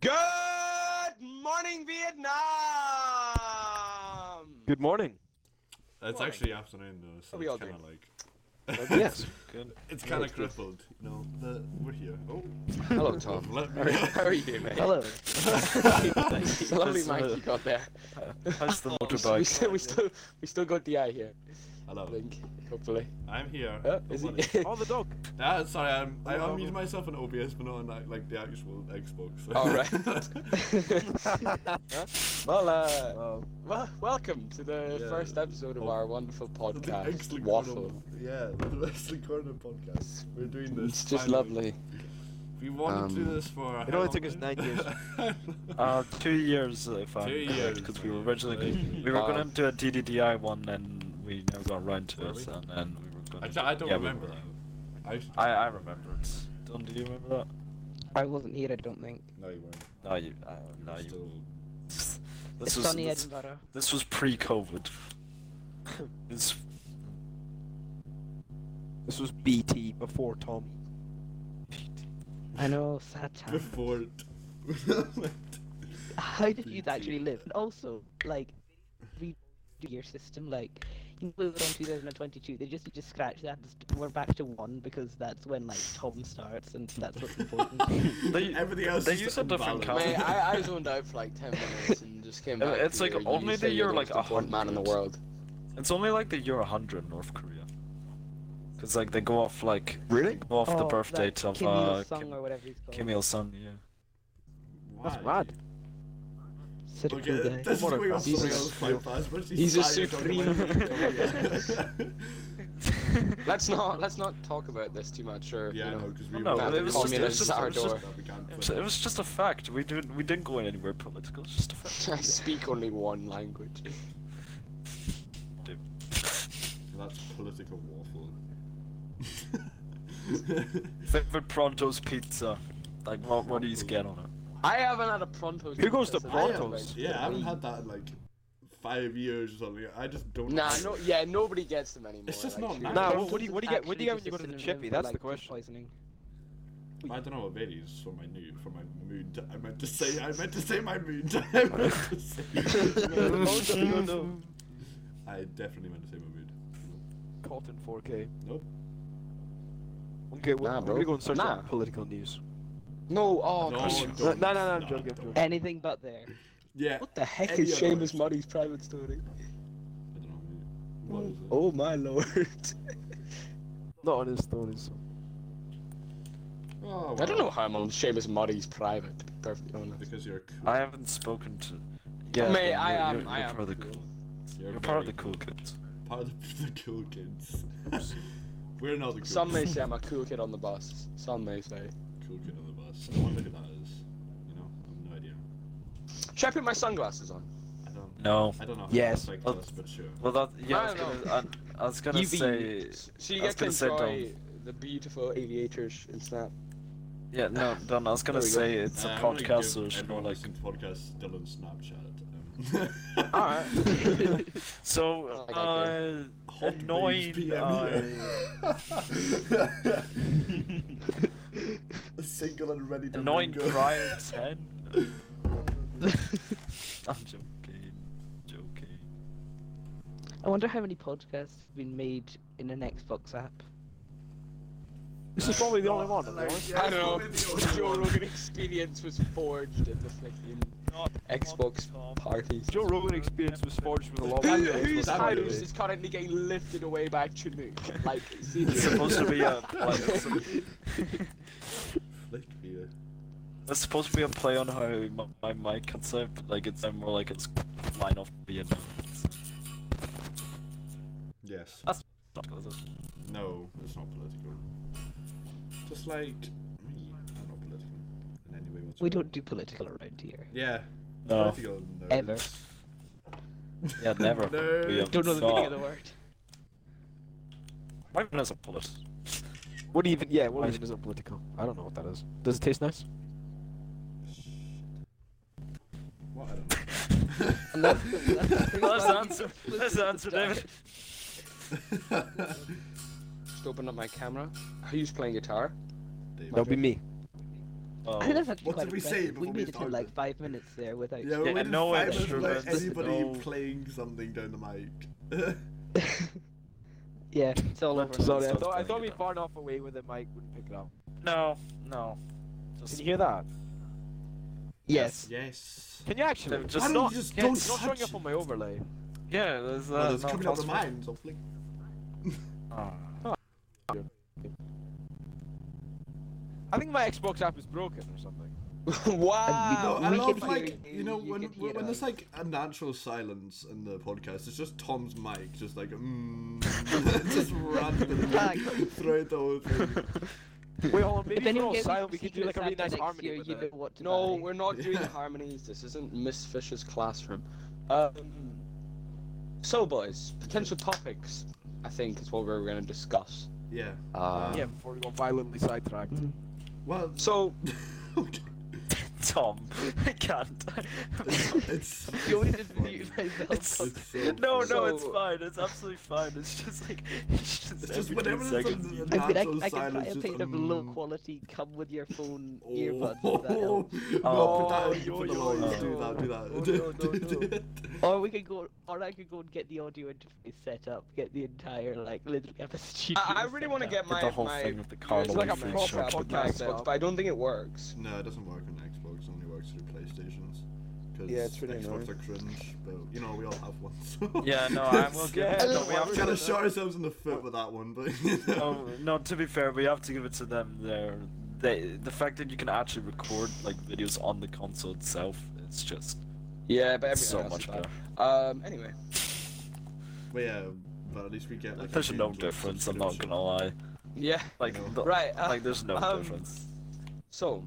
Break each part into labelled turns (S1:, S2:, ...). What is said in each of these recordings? S1: Good morning, Vietnam.
S2: Good morning.
S3: It's
S1: Why?
S3: actually afternoon though, so
S1: Oh, We all
S3: it's kind of like
S2: yes. Good.
S3: it's kind of crippled. You know, the, we're here. Oh,
S1: Hello, Tom.
S3: let
S1: How are
S3: me.
S1: you, how are you mate?
S4: Hello.
S1: Lovely
S2: Yes,
S1: mic
S2: hello.
S1: you got there.
S2: How's the
S1: We
S2: motorbike?
S1: still, we still, we still got the eye here. I
S3: Hello,
S1: think, hopefully.
S3: I'm here.
S1: Uh,
S3: Don't
S1: is Oh,
S3: worry.
S1: he?
S2: Oh, the dog.
S3: Ah, sorry, I'm, I
S2: Hello.
S3: unmuted myself in OBS, but not on like, like the actual Xbox.
S1: All right. well, uh,
S2: Oh,
S1: well, welcome to the
S3: Yeah.
S1: first episode of
S3: Oh.
S1: our wonderful
S3: The
S1: podcast,
S3: Excellent
S1: Waffle.
S3: Corner- Yeah, the Wrestling Corner podcast. We're doing this.
S1: It's just
S3: finally.
S1: lovely.
S3: We wanted to do
S4: Um,
S3: this for.
S4: it
S3: how
S4: only
S3: long
S4: took us
S3: now?
S4: nine years.
S2: uh, two years if I'm
S3: Two
S2: correct,
S3: years,
S2: because we were
S3: man.
S2: originally
S3: Like-
S2: we were
S1: Wow.
S2: gonna do a DDDI one, and we never got around to
S3: Were
S2: it,
S3: we?
S2: and then we were gonna.
S3: Actually, I don't
S2: yeah, we
S3: remember.
S2: were.
S3: I,
S2: I I remember it. Don, do you remember that?
S4: I wasn't here, I don't think.
S3: no, you weren't.
S2: No, you. Uh, no, you.
S3: Still-
S2: This
S4: it's
S2: was
S4: sunny
S2: this,
S4: Edinburgh.
S2: this was pre-COVID. This
S5: This was BT before Tommy.
S4: I know, sad times.
S3: Before. it-
S4: How did you actually live? And also, like, redo your system, like, you know, we were on 2022, they just need to scratch that, and st- we're back to one, because that's when, like, Tom starts, and that's what's important.
S2: They-
S3: Everything else
S2: they
S3: is
S2: use
S3: just
S2: a different
S3: unbalanced.
S2: colour.
S1: Mate, I, I zoned out for like 10 minutes and just came
S2: Uh,
S1: back.
S2: it's
S1: to
S2: like
S1: you and
S2: only
S1: you
S2: that
S1: said
S2: you're
S1: the
S2: like
S1: most important man in the
S2: 100.
S1: world.
S2: It's only like the year 100 in North Korea. Because, like, they go off, like,
S5: Really?
S2: they go off the
S4: Oh,
S2: birth
S4: that
S2: date of
S4: Kim
S2: uh,
S4: Il-sung or whatever he's called.
S2: Kim Il sung, yeah.
S5: That's
S3: Why?
S5: mad.
S4: Such a
S3: Okay,
S4: cool guy.
S3: this is
S5: What a
S3: going off
S5: crap.
S3: something
S1: He's a
S3: else quite fast, but
S1: he's a
S3: tired of talking about it.
S1: Let's not let's not talk about this too much, or
S3: Yeah,
S1: you know,
S3: because
S2: No,
S3: we
S2: no,
S3: were-
S2: it was just-
S1: communist
S2: just- it was
S1: sourdough.
S2: just- It was, it was just a fact. We didn't, we didn't go in anywhere political. It's just a
S1: I
S2: fact.
S1: speak only one language.
S3: That's political waffle.
S2: Favorite Pronto's pizza. Like, what, what do you get on it?
S1: I haven't had a Pronto's.
S5: Who goes
S1: pizza
S5: to
S1: since I was
S5: Pronto's?
S1: about
S3: yeah, I haven't
S1: three.
S3: had that in like five years or something. I just don't.
S1: Nah,
S3: like
S1: no,
S3: it.
S1: yeah, nobody gets them anymore.
S3: It's just not
S1: actually.
S3: nice.
S5: Nah, what,
S4: Pronto's
S5: what do you
S4: is
S5: what do you get? What do you get when
S4: actually
S5: you go to
S4: just
S5: the
S4: a
S5: chippy?
S4: synonym for,
S5: That's the
S4: like, food
S5: question.
S4: Poisoning.
S3: I don't know what it is for my mood. For my mood, I meant to say. I meant to say my mood. I meant to say. I definitely meant to say my mood.
S5: Caught in 4K.
S3: Nope.
S5: Okay, well,
S1: Nah,
S5: I'm
S1: bro.
S5: gonna go and search
S1: Nah.
S5: up political news.
S1: No, oh,
S3: No,
S1: gosh.
S3: don't.
S5: No, no, no, I'm
S3: Nah,
S5: joking, I'm
S3: don't.
S5: joking.
S4: Anything but there.
S3: Yeah.
S1: what the heck
S3: Any
S1: is
S3: other
S1: Seamus
S3: way.
S1: Muddy's private story?
S3: I don't know. What is it?
S1: Oh my lord!
S5: Not on his stories.
S3: Oh,
S1: I don't
S3: well,
S1: know how I'm on Seamus Muddy's private. To be perfectly honest.
S3: Because you're cool.
S2: I haven't spoken to. Yeah,
S1: Mate,
S2: then
S1: I
S2: you're-
S1: am-
S2: You're,
S1: I
S2: you're
S1: am
S2: part of the
S1: cool.
S2: cool.
S3: You're,
S2: You're part of the
S3: very
S2: cool kids.
S3: Part of the cool kids. We're not the cool
S1: Some may
S3: kids.
S1: say I'm a cool kid on the bus. Some may say.
S3: Cool kid on the bus. I wonder who that is. You know? I have no idea.
S1: Should I put my sunglasses on?
S3: I don't.
S2: No.
S3: I don't know. If
S5: Yes.
S3: Like
S2: Oh.
S3: this, but sure.
S2: Well, that. Yeah, I,
S1: I
S2: was
S1: don't
S2: gonna. I, I was gonna say.
S1: E So you
S2: I was
S1: get to
S2: gonna say
S1: enjoy the beautiful aviators in Snap.
S2: Yeah, no, Don, I was gonna
S1: There we go.
S2: say it's a
S3: Uh, I'm gonna
S2: podcast,
S3: give
S2: so it's more like.
S3: everyone listening to podcasts still on Snapchat. Um,
S1: Alright.
S2: So,
S1: I like that.
S2: uh,
S3: Hot
S2: annoying.
S3: babes PM
S2: uh,
S3: Single and ready to
S2: annoying
S3: mingle.
S2: Brian 10. I'm joking. Joking.
S4: I wonder how many podcasts have been made in an Xbox app.
S5: This is probably the only one. to be honest.
S1: I don't know. The Joe Rogan experience was forged in the freaking Xbox parties.
S5: Joe Rogan experience was forged with a lot
S1: Who,
S5: of
S1: whose
S3: that
S1: house
S3: would be-
S1: is currently getting lifted away by Chinook? Like, seriously.
S2: It's supposed to be a. Like, it's,
S3: Flick me. uh,
S2: it's supposed to be a play on how my, my mic concept, like, it's I'm more like it's flying off Vietnam.
S3: Yes.
S2: Uh. It's
S3: No, it's not political. Just like me, I'm not political in any way whatsoever.
S4: We don't do political around here.
S3: Yeah.
S2: No.
S3: Political nerds.
S4: Ever.
S2: Yeah, never.
S3: Nerds.
S2: We have
S4: Don't know the meaning of the
S2: thought-
S4: word.
S2: Why even is a bullet?
S5: What even? Yeah, what even is it political? I don't know what that is. Does it taste nice?
S3: What? I don't know.
S4: And that's the, that's the thing
S2: Let's
S4: about-
S2: answer. Let's answer, David.
S1: Just open up my camera. Who's playing guitar?
S3: Dave.
S5: That'll be me.
S2: Oh.
S4: I think that's actually
S3: What
S4: quite
S3: did we say
S4: impressive.
S3: before we
S4: muted him
S3: started?
S4: like five minutes there without.
S3: Yeah, we
S2: Yeah,
S3: waited
S2: no
S3: five
S2: extra
S3: minutes without
S4: bits,
S3: anybody
S2: no-
S3: playing something down the mic.
S4: yeah, it's all over.
S5: Sorry, I
S2: Sounds
S5: thought, I
S2: pretty
S5: thought
S2: good.
S5: we far enough away where the mic wouldn't pick it up.
S2: No, no.
S5: Can
S2: Just,
S5: you hear that?
S4: Yes.
S3: yes.
S5: Can you actually?
S2: They're
S3: Why
S2: just
S3: don't
S2: not.
S3: you just
S2: yeah,
S3: don't
S5: it's not
S3: touch
S5: showing up on my overlay.
S2: yeah, there's that.
S3: Oh, it's
S2: no,
S3: coming up the
S2: possible.
S3: mine, so flick.
S2: Oh.
S5: I think my Xbox app is broken or something.
S3: No,
S1: wow.
S4: We
S3: I
S4: can
S3: love
S4: hear
S3: like
S4: you,
S3: you know
S4: you
S3: when
S4: can hear
S3: when, when there's
S4: us.
S3: like a natural silence in the podcast, it's just Tom's mic, just like mm, just randomly
S4: Exactly.
S3: throughout the whole thing.
S5: Wait, hold on. Maybe
S4: If
S5: if we're all
S4: anyone
S5: silent,
S4: gets silent,
S5: we could do like a really nice harmony with
S4: you know
S5: it.
S4: what to
S1: No,
S4: buy.
S1: we're not doing
S3: Yeah.
S1: harmonies. This isn't Miss Fisher's classroom. Um, so, boys, potential topics, I think, is what we're going to discuss.
S3: Yeah.
S1: Uh,
S5: Yeah, before we got violently sidetracked.
S3: Well.
S1: So,
S3: okay.
S2: Tom, I can't.
S3: It's, it's
S4: You always just mute myself.
S2: It's so-
S3: It's so
S2: no,
S3: funny.
S2: no, it's
S1: So-
S2: fine. It's absolutely fine. It's just like it's just,
S3: It's
S2: every
S3: just
S2: two
S3: whatever there's
S2: seconds
S3: a-
S2: you-
S4: I mean, I,
S3: natural
S4: I can try
S3: silence,
S4: a
S3: just,
S4: pair of low
S3: mm.
S4: quality come with your phone
S3: Oh.
S4: earbuds. if that
S3: no,
S4: helps.
S3: put
S2: Oh,
S3: that,
S2: yo,
S3: put the
S2: yo,
S3: lines,
S2: yo.
S3: do that, do that.
S5: Oh, no, no, no.
S3: Do it.
S4: Or we could go, or I could go and get the audio interface set up, get the entire like literally have a studio.
S1: I, I really
S4: set
S1: want to
S4: up.
S1: get my.
S2: the whole
S1: my
S2: thing with the
S1: there's
S2: carnal
S1: like a
S2: and freak
S1: proper
S2: show.
S1: app on my
S5: Podcast
S1: Xbox,
S5: app.
S1: but I don't think it works.
S3: No, it doesn't work on Xbox. It only works through PlayStations. 'Cause
S1: Yeah, it's really
S3: Xbox are cringe, but you know we all have one. So.
S2: Yeah, no, I will give.
S5: Yeah,
S2: no,
S4: no,
S2: we have Oh.
S3: We're gonna
S2: to.
S3: shot ourselves in the foot with that one, but you know.
S2: No, Um, no, to be fair, we have to give it to them. There, they, the fact that you can actually record like videos on the console itself, it's just
S1: Yeah, but everything
S2: so
S1: else
S2: much
S1: is
S2: better.
S1: bad. Um, anyway.
S3: But yeah, but at least we get like. a
S2: There's no
S3: change of
S2: difference. I'm not
S3: subscription.
S2: gonna lie.
S1: Yeah.
S2: Like,
S3: No.
S2: the-
S1: Right. uh,
S2: like there's no
S1: um,
S2: difference.
S1: so,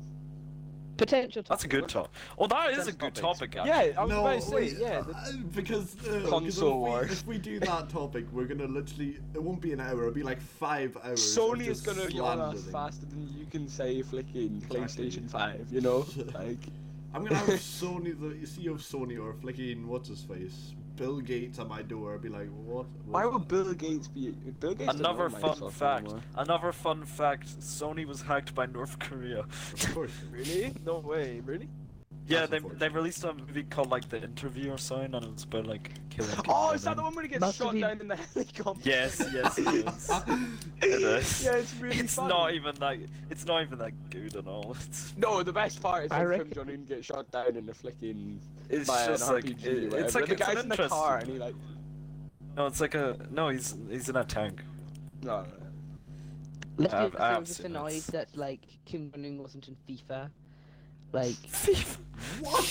S4: potential.
S2: That's a good topic. Oh, that is a good
S1: topics.
S2: topic.
S5: Yeah, I was
S3: No,
S5: about to say,
S3: wait,
S5: yeah. the-
S3: uh, because uh, because
S1: Console
S3: if we-
S1: war.
S3: If we do that topic, we're gonna literally. It won't be an hour. It'll be like five hours. of
S1: Sony is
S3: just
S1: gonna yawn us
S3: slandering.
S1: faster than you can say flicking
S3: Exactly.
S1: PlayStation 5, you know? Like,
S3: I'm gonna have Sony, the CEO of Sony, or flicking what's his face, Bill Gates at my door. Be like, what?
S1: why
S3: was
S1: would
S3: that?
S1: Bill Gates be. Bill Gates doesn't
S2: Another
S1: own
S2: fun
S1: Microsoft
S2: fact.
S1: anymore.
S2: Another fun fact. Sony was hacked by North Korea.
S3: Of course.
S5: Really? No way. Really?
S2: yeah,
S3: That's
S2: they they
S3: unfortunate.
S2: released a movie called like The Interview or something, and it was about like killing.
S1: Oh,
S2: people
S1: is that
S2: and-
S1: the one where he gets
S4: Must have
S1: shot
S2: E-
S4: been-
S1: down in the helicopter?
S2: Yes, yes, it is. it is.
S1: Yeah, it's really
S2: It's
S1: fun.
S2: not e- even that. It's not even that good at all. It's
S1: No, the best part is
S4: I
S1: when Kim
S4: reckon-
S1: Jong Un gets shot down in the flicking.
S2: it's
S1: by
S2: just
S1: an
S2: like
S1: RPG
S2: it-
S1: or whatever.
S2: it's like
S1: the
S2: it's
S1: guy's
S2: an
S1: in the car and
S2: interesting.
S1: he like.
S2: No, it's like a no. He's he's in a tank.
S1: No, no, no.
S4: Let's
S2: I've-
S4: be
S2: I've
S4: so just
S2: seen
S4: annoyed
S2: it.
S4: that like Kim Jong Un wasn't in FIFA. Like
S3: What?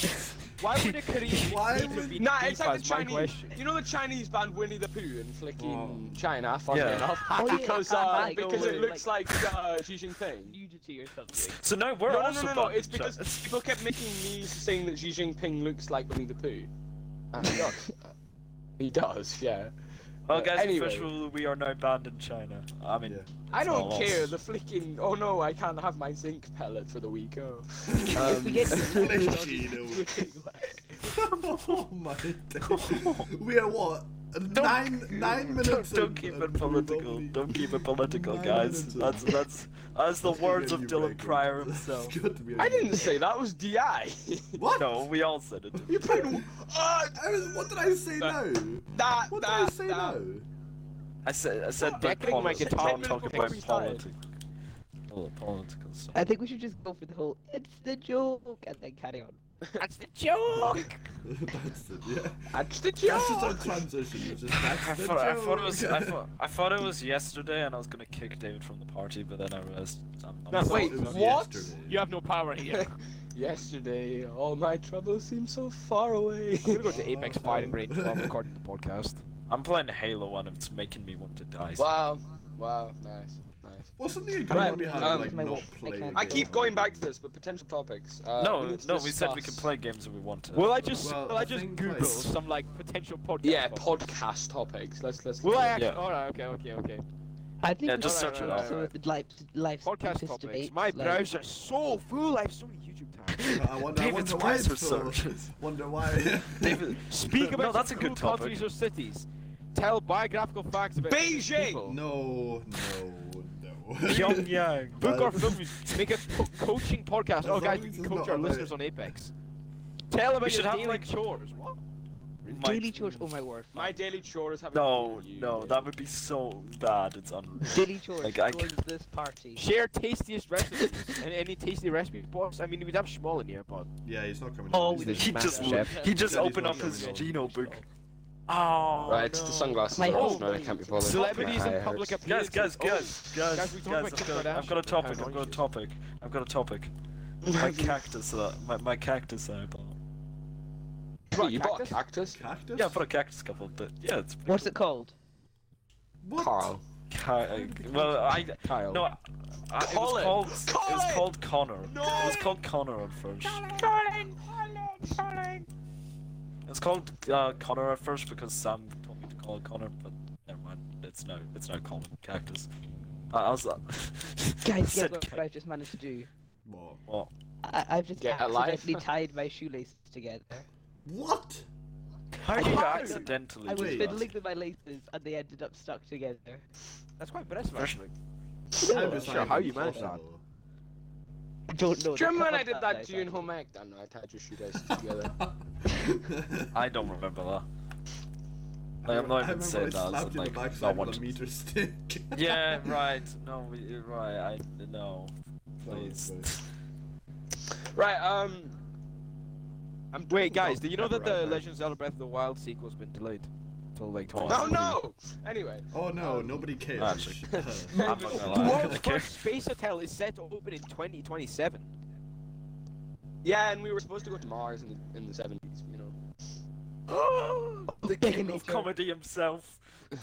S5: Why would a Korean
S3: Why
S5: need to
S3: would-
S5: be
S1: Nah, it's like the
S5: deep as my
S1: Chinese.
S5: question?
S1: You know the Chinese band Winnie the Pooh in flicking
S3: Oh.
S1: China, funny
S2: Yeah.
S1: enough,
S4: Oh, yeah,
S1: because
S4: I
S1: uh,
S4: like
S1: because
S4: it.
S1: it looks like uh, Xi Jinping.
S4: nudity or something.
S2: So no, we're
S1: no, no,
S2: also
S1: no, no, no.
S2: banned
S1: It's
S2: in
S1: because
S2: China.
S1: people kept making memes saying that Xi Jinping looks like Winnie the Pooh. And he does. he does, yeah.
S2: Well, guys,
S1: Anyway.
S2: officially we are now banned in China. I mean,
S3: Yeah.
S1: I
S2: It's
S1: don't
S2: not
S1: care.
S2: lost.
S1: The flicking. Oh no, I can't have my zinc pellet for the week. Oh.
S3: Um,
S4: we get-
S3: Flicking. oh my god. We are what? nine nine minutes.
S2: don't, don't
S3: in,
S2: keep
S3: and
S2: it
S3: we've
S2: political.
S3: already-
S2: Don't keep it political,
S3: Nine
S2: guys.
S3: minutes in.
S2: That's that's that's the
S3: That's gonna
S2: words
S3: be a
S2: of
S3: new
S2: Dylan
S3: record.
S2: Pryor
S3: That's
S2: himself.
S3: gonna be a
S1: I
S3: new
S1: didn't say that. Was Di?
S3: What?
S2: No, we all said it.
S3: You played. Uh, I was, what did I say now?
S1: That- that
S3: What did
S1: that
S3: I say
S1: that.
S3: now?
S2: I said I said
S1: Yeah,
S2: the
S1: I think my
S2: politics.
S1: guitar
S2: Don't
S1: was
S2: talk
S1: before
S2: about
S1: we started.
S2: politics. Poli- Political stuff.
S4: I think we should just go for the whole "it's the joke" and then carry on. That's the joke.
S3: That's it, yeah.
S1: That's the
S3: That's just our
S1: joke.
S3: transition. It's just, that's
S2: I
S3: the
S2: thought, I thought it
S3: joke.
S2: was I thought, I thought it was yesterday and I was gonna kick David from the party but then I realized I'm not
S5: That's
S1: Wait,
S3: It was
S1: what?
S3: yesterday.
S5: You have no power here.
S1: Yesterday, all my troubles seem so far away.
S5: I'm gonna go to Apex Fighting Range while I'm recording the podcast.
S2: I'm playing Halo and it's making me want to die.
S1: wow, wow, nice, nice.
S3: Wasn't the agreement we had
S1: um,
S3: like
S4: my
S3: not
S4: wife, I
S3: playing?
S4: can't-
S1: I keep going back to this, but potential topics. Uh,
S2: no,
S1: we
S2: no,
S1: need to
S2: we said we can
S1: discuss-
S2: play games if we want to.
S5: Will I just
S3: Well,
S5: will I
S3: I
S5: just
S3: think,
S5: Google
S3: like-
S5: some like potential podcast?
S1: Yeah,
S5: topics?
S1: podcast topics. Let's let's.
S5: Will I actually?
S2: Yeah.
S5: All right. Okay. Okay. Okay.
S4: I think
S2: Yeah,
S4: we
S2: just
S4: should
S2: search it
S4: start
S2: up.
S4: some of the life, life
S5: Podcast
S4: this
S5: topics.
S4: debate,
S5: My
S4: like-
S5: browser's so full. I have so many YouTube tabs.
S3: I wonder, I
S2: David's
S3: wonder why it's
S2: browser
S3: so.
S2: searches.
S3: Wonder why.
S2: David,
S5: Speak
S2: No,
S5: about
S2: that's
S5: some
S2: a good
S5: cool
S2: topic.
S5: countries or cities. Tell biographical facts about
S1: Beijing!
S5: people.
S3: No, no, no.
S2: Pyongyang.
S5: Book
S6: Uh,
S5: our films. Make a co- coaching podcast.
S6: As
S5: Oh,
S6: long
S5: guys, we
S6: as
S5: can
S6: it's
S5: coach
S6: not
S5: our
S6: on
S5: listeners
S6: it.
S5: on Apex. Tell them about
S2: should
S5: your
S2: have,
S5: daily
S2: like-
S5: chores. What?
S2: My-
S4: Daily chores. Oh my word.
S1: My daily chore is having.
S2: No,
S1: you,
S2: no,
S1: dude.
S2: that would be so bad. It's unreal.
S4: Daily chores.
S2: Like, I
S4: join this party.
S5: Share tastiest recipes and any tasty recipe box. I mean, we'd have Schmoll in here, but
S3: Yeah, he's not coming.
S4: Oh,
S3: down,
S4: we
S2: He
S3: he's
S4: Master
S2: just
S4: Chef.
S2: he just
S3: Yeah, he's
S2: opened
S3: not
S2: up his
S3: coming
S2: Geno book.
S5: oh,
S1: Right, it's the sunglasses.
S4: My
S1: are off
S4: whole
S1: now, I
S4: week.
S1: can't be bothered.
S5: Celebrities
S1: My
S5: and
S1: eye
S5: public
S1: hurts.
S5: appearances.
S2: Guys, guys,
S5: Oh,
S2: guys, guys,
S5: guys,
S2: guys!
S5: we talked about
S2: I've, got,
S5: Kim
S2: I've got a
S5: Kardashian.
S2: topic. I've
S5: Paranoia
S2: got a
S5: issues.
S2: topic. I've got a topic. My cactus, that my my cactus that I bought.
S1: Wait, you bought a cactus?
S3: Cactus?
S2: Yeah, I bought a cactus couple, but yeah, it's pretty
S4: What's
S2: cool.
S4: it called?
S3: What?
S1: Carl.
S2: Ca- uh, well, I
S5: Kyle.
S2: no, I, I, it was
S1: Colin!
S2: called it was
S1: Colin!
S2: called Connor. It was
S1: No!
S2: called Connor at first. It's called uh, Connor at first because Sam told me to call it Connor, but never mind. It's no, it's not Colin Cactus. I, I was uh,
S4: Guys,
S2: said
S4: get what
S2: ca-
S4: I've just managed to do.
S3: What?
S2: what?
S4: I- I've just
S1: Get a life.
S4: accidentally tied my shoelaces together.
S3: What?
S2: How did you
S4: How?
S2: accidentally?
S4: I was
S2: do
S3: Wait.
S2: that?
S4: fiddling with my laces and they ended up stuck together.
S5: Oh, That's quite impressive, actually.
S3: I'm
S5: not
S3: just
S5: sure how you managed that.
S3: impossible.
S4: I don't know.
S1: Do you remember when
S4: They
S1: I did
S4: covered
S1: that
S4: night,
S1: to you in
S4: actually.
S1: home ec? No, I tied your shoelaces together.
S2: I don't remember that.
S3: I
S2: Like, I'm not
S3: remember
S2: even saying
S3: I
S2: that. I
S3: slapped
S2: said,
S3: you in
S2: like, I
S3: the backside
S2: want
S3: with a
S2: to-
S3: meter stick.
S2: Yeah, right. No, we- you're right. I no.
S3: That was
S2: Please.
S3: funny.
S1: right, um. I'm
S5: Wait,
S1: talking
S5: guys,
S1: about
S5: did you know that
S1: Pepper
S5: the
S1: right now.
S5: Legend of Zelda Breath of the Wild sequel's been delayed till like
S1: Oh, No,
S2: Oh,
S5: 2020?
S1: no! Anyway.
S3: Oh no,
S1: Um,
S3: nobody cares.
S2: actually.
S3: Shut
S2: I'm not
S3: up.
S2: gonna
S5: The
S2: lie.
S5: world's
S2: Okay.
S5: first space hotel is set to open in 2027.
S1: Yeah, and we were supposed to go to Mars in the, in the 70s, you know.
S4: The king
S2: Of
S4: of
S2: comedy himself.
S5: The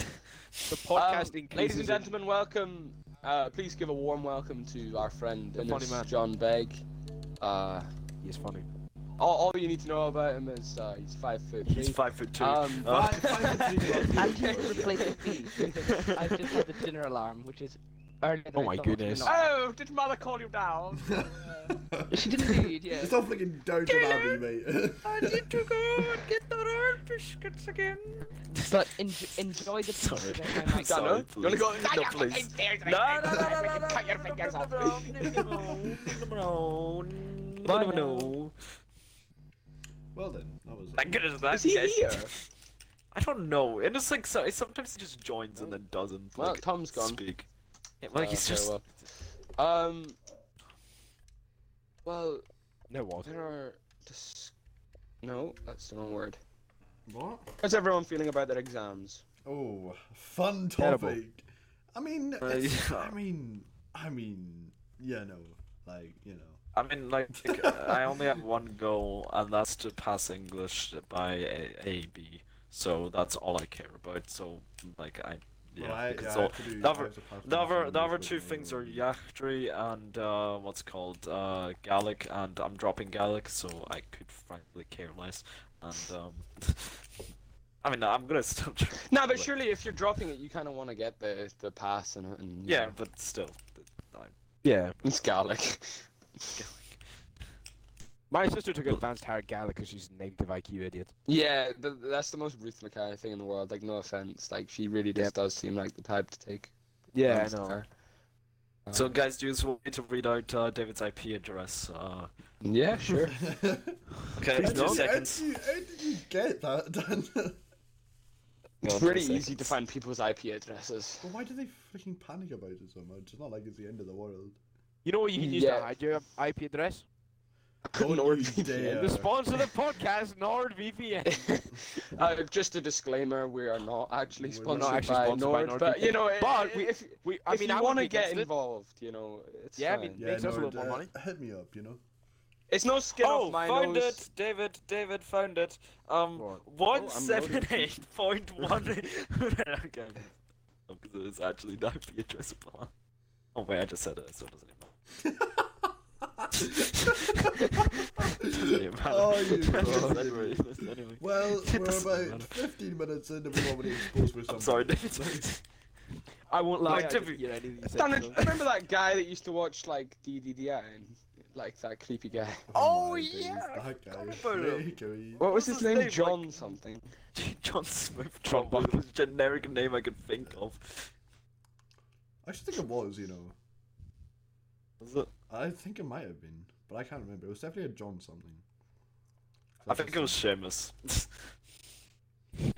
S1: Um,
S5: podcast increases.
S1: Ladies and
S5: in-
S1: gentlemen, welcome. Uh, please give a warm welcome to our friend
S5: The
S1: Innes
S5: funny man.
S1: John Begg. Uh,
S5: He's funny.
S1: all, all you need to know about him is uh, he's five foot.
S2: He's
S1: three.
S2: five foot two.
S1: Um,
S2: Uh,
S3: Five- five foot three.
S4: I'm just replacing me. I've just had the dinner alarm, which is earlier than
S5: Oh
S4: I
S5: my
S4: thought it would
S5: goodness.
S4: not.
S1: Oh, did mother call you down?
S4: She didn't indeed, yeah.
S3: It's not fucking Dojo Abbey, mate.
S2: to go and get the royal biscuits again.
S4: But en- enjoy the
S2: Sorry.
S4: pizza that oh my mic-
S2: Sorry.
S1: Dunno. You wanna go?
S2: No, please. No, no, no, no, no, no.
S1: Cut your fingers off.
S2: no,
S4: Bye
S2: no, no.
S3: Well then, that was.
S2: Thank goodness that
S1: Is he
S2: guy-
S1: here?
S2: I don't know. And it's like so, sometimes he just joins and then doesn't.
S1: Well,
S2: like,
S1: Tom's gone.
S2: Speak. Yeah, like he's
S1: Okay,
S2: just.
S1: well. Um. Well,
S5: No, what?
S1: there are. Dis- no, that's the wrong word.
S3: What?
S1: How's everyone feeling about their exams?
S3: Oh, fun
S5: Terrible.
S3: topic. I mean,
S2: Uh,
S3: it's-
S2: yeah.
S3: I mean, I mean, yeah, no, like you know,
S2: I mean, like, I only have one goal, and that's to pass English by A, a B. So that's all I care about. So, like, I. Yeah,
S3: Well, I,
S2: because
S3: yeah, I
S2: all-
S3: have to do-
S2: the
S3: I
S2: other-
S3: have to pass
S2: The
S3: my
S2: other, the
S3: exams
S2: other
S3: with
S2: two
S3: my
S2: things are
S3: own-
S2: Yachtry and uh, what's called uh, Gaelic, and I'm dropping Gaelic, so I could frankly care less. And um, I mean, I'm gonna still. Try
S1: No, but
S2: Gaelic.
S1: surely if you're dropping it, you kind of want to get the the pass and, and
S2: Yeah, but still, I,
S5: Yeah.
S1: it's Gaelic.
S5: My sister took advanced hard Gaelic because she's a negative IQ idiot.
S1: Yeah, th that's the most Ruth McKay thing in the world. Like, no offense, like she really just does seem like the type to take. Uh, um,
S5: Yeah,
S1: offense
S5: I
S1: to
S5: know.
S1: her.
S2: So,
S1: Uh-huh.
S2: guys, do you just want me to read out uh, David's IP address? Uh,
S1: Yeah, sure.
S2: okay,
S3: How
S2: two
S3: did you- how
S2: seconds.
S3: did you- how did you get that done? but
S1: it's
S2: two
S1: pretty easy to
S2: seconds.
S1: find people's IP addresses.
S3: why do they freaking panic about it so much? It's not like it's the end of the world.
S5: You know what you can use
S1: Yeah.
S5: to hide your IP address?
S1: I couldn't
S3: Don't
S1: order
S3: you
S1: VPN.
S3: Yeah.
S5: The sponsor of the podcast, NordVPN.
S1: uh, just a disclaimer: we are not actually
S3: We're
S1: sponsored,
S3: not
S5: actually
S1: by,
S5: sponsored by
S1: Nord, but
S5: NordVPN.
S1: you know, i-
S5: But we-
S1: if,
S5: We,
S1: I
S5: I mean,
S1: you
S5: I
S1: want to
S5: wouldn't be
S1: get
S5: against it.
S1: involved, you know, it's
S5: Yeah, I
S1: fine.
S5: mean- Makes us a little more money.
S3: uh, Hit me up, you know.
S1: it's no skin
S2: oh,
S1: off my
S2: found
S1: nose.
S2: it, David. David found it. Um,
S5: What?
S2: one
S1: Oh, I'm loaded.
S2: seven eight point one. Okay, because it's actually the IP address of Milan. Oh wait, I just said it, so it doesn't even matter. Doesn't even matter.
S3: Oh, you
S2: I just said
S3: bastard.
S2: it, it was anyway.
S3: Well,
S2: It
S3: we're
S2: doesn't
S3: about
S2: matter.
S3: 15 minutes in and we've already exposed for something.
S2: I'm sorry, David.
S5: I won't lie.
S2: Like,
S5: I didn't
S2: David-
S5: hear anything you said,
S1: Damn it,
S5: so-
S1: remember that guy that used to watch like DDDI and like that creepy guy?
S2: Oh,
S3: my
S2: yeah,
S3: days,
S2: I
S3: That guy is
S2: about him.
S3: freaky.
S1: What was
S2: What's
S1: his,
S2: his
S1: name?
S2: name? Like-
S1: John something.
S2: John Smith.
S5: Trump.
S2: Trump. was the generic name I could think of.
S3: I actually think it was, you know.
S2: Was it?
S3: I think it might have been, but I can't remember. It was definitely a John something.
S2: I think it was Seamus.
S3: Surely.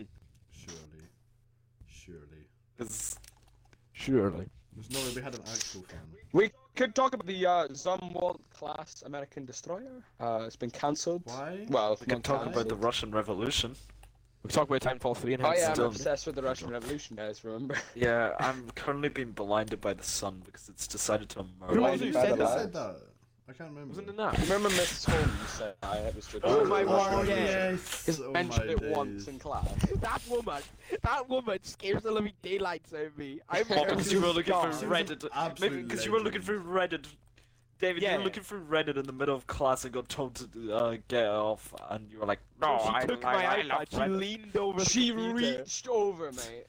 S3: Surely.
S2: 'Cause-
S5: Surely.
S3: There's no way we had an actual fan.
S1: We could talk about the uh, Zumwalt class American destroyer. Uh, it's been cancelled.
S3: Why?
S1: Well,
S2: we can
S1: not
S2: talk about the
S1: cancelled.
S2: Russian Revolution.
S5: We can talk about Titanfall 3 and how
S1: Oh
S5: it's
S1: yeah, I'm
S2: Still-
S1: obsessed with the Russian Revolution, guys. Remember?
S2: Yeah, I'm currently being blinded by the sun because it's decided to
S5: Who
S2: emerge.
S5: was
S3: Who
S5: it
S3: said
S5: said
S3: that?
S5: that?
S3: said that? I can't remember.
S5: Wasn't it that?
S1: Remember Mrs. Holmes said I it was the
S5: Oh my
S1: Russian
S5: word,
S1: Revolution.
S5: yeah.
S3: yes.
S1: Just
S3: oh
S1: mentioned
S3: my
S1: it
S3: days.
S1: once in class.
S5: That woman, that woman scares the living daylights out of me. I'm
S2: Oh, because you were
S5: nervous
S2: looking for
S5: as
S3: She was an
S5: fuck.
S2: Reddit.
S3: absolute
S2: Maybe because you were looking for
S3: legend.
S2: Reddit. David, you
S5: Yeah.
S2: were looking for Reddit in the middle of class and got told to uh, get off, and you were like, "No,
S5: she
S2: I,
S5: took
S2: I,
S5: my
S2: I love
S5: iPad. She
S2: Reddit."
S5: leaned over. the
S1: She
S5: computer.
S1: reached over, mate.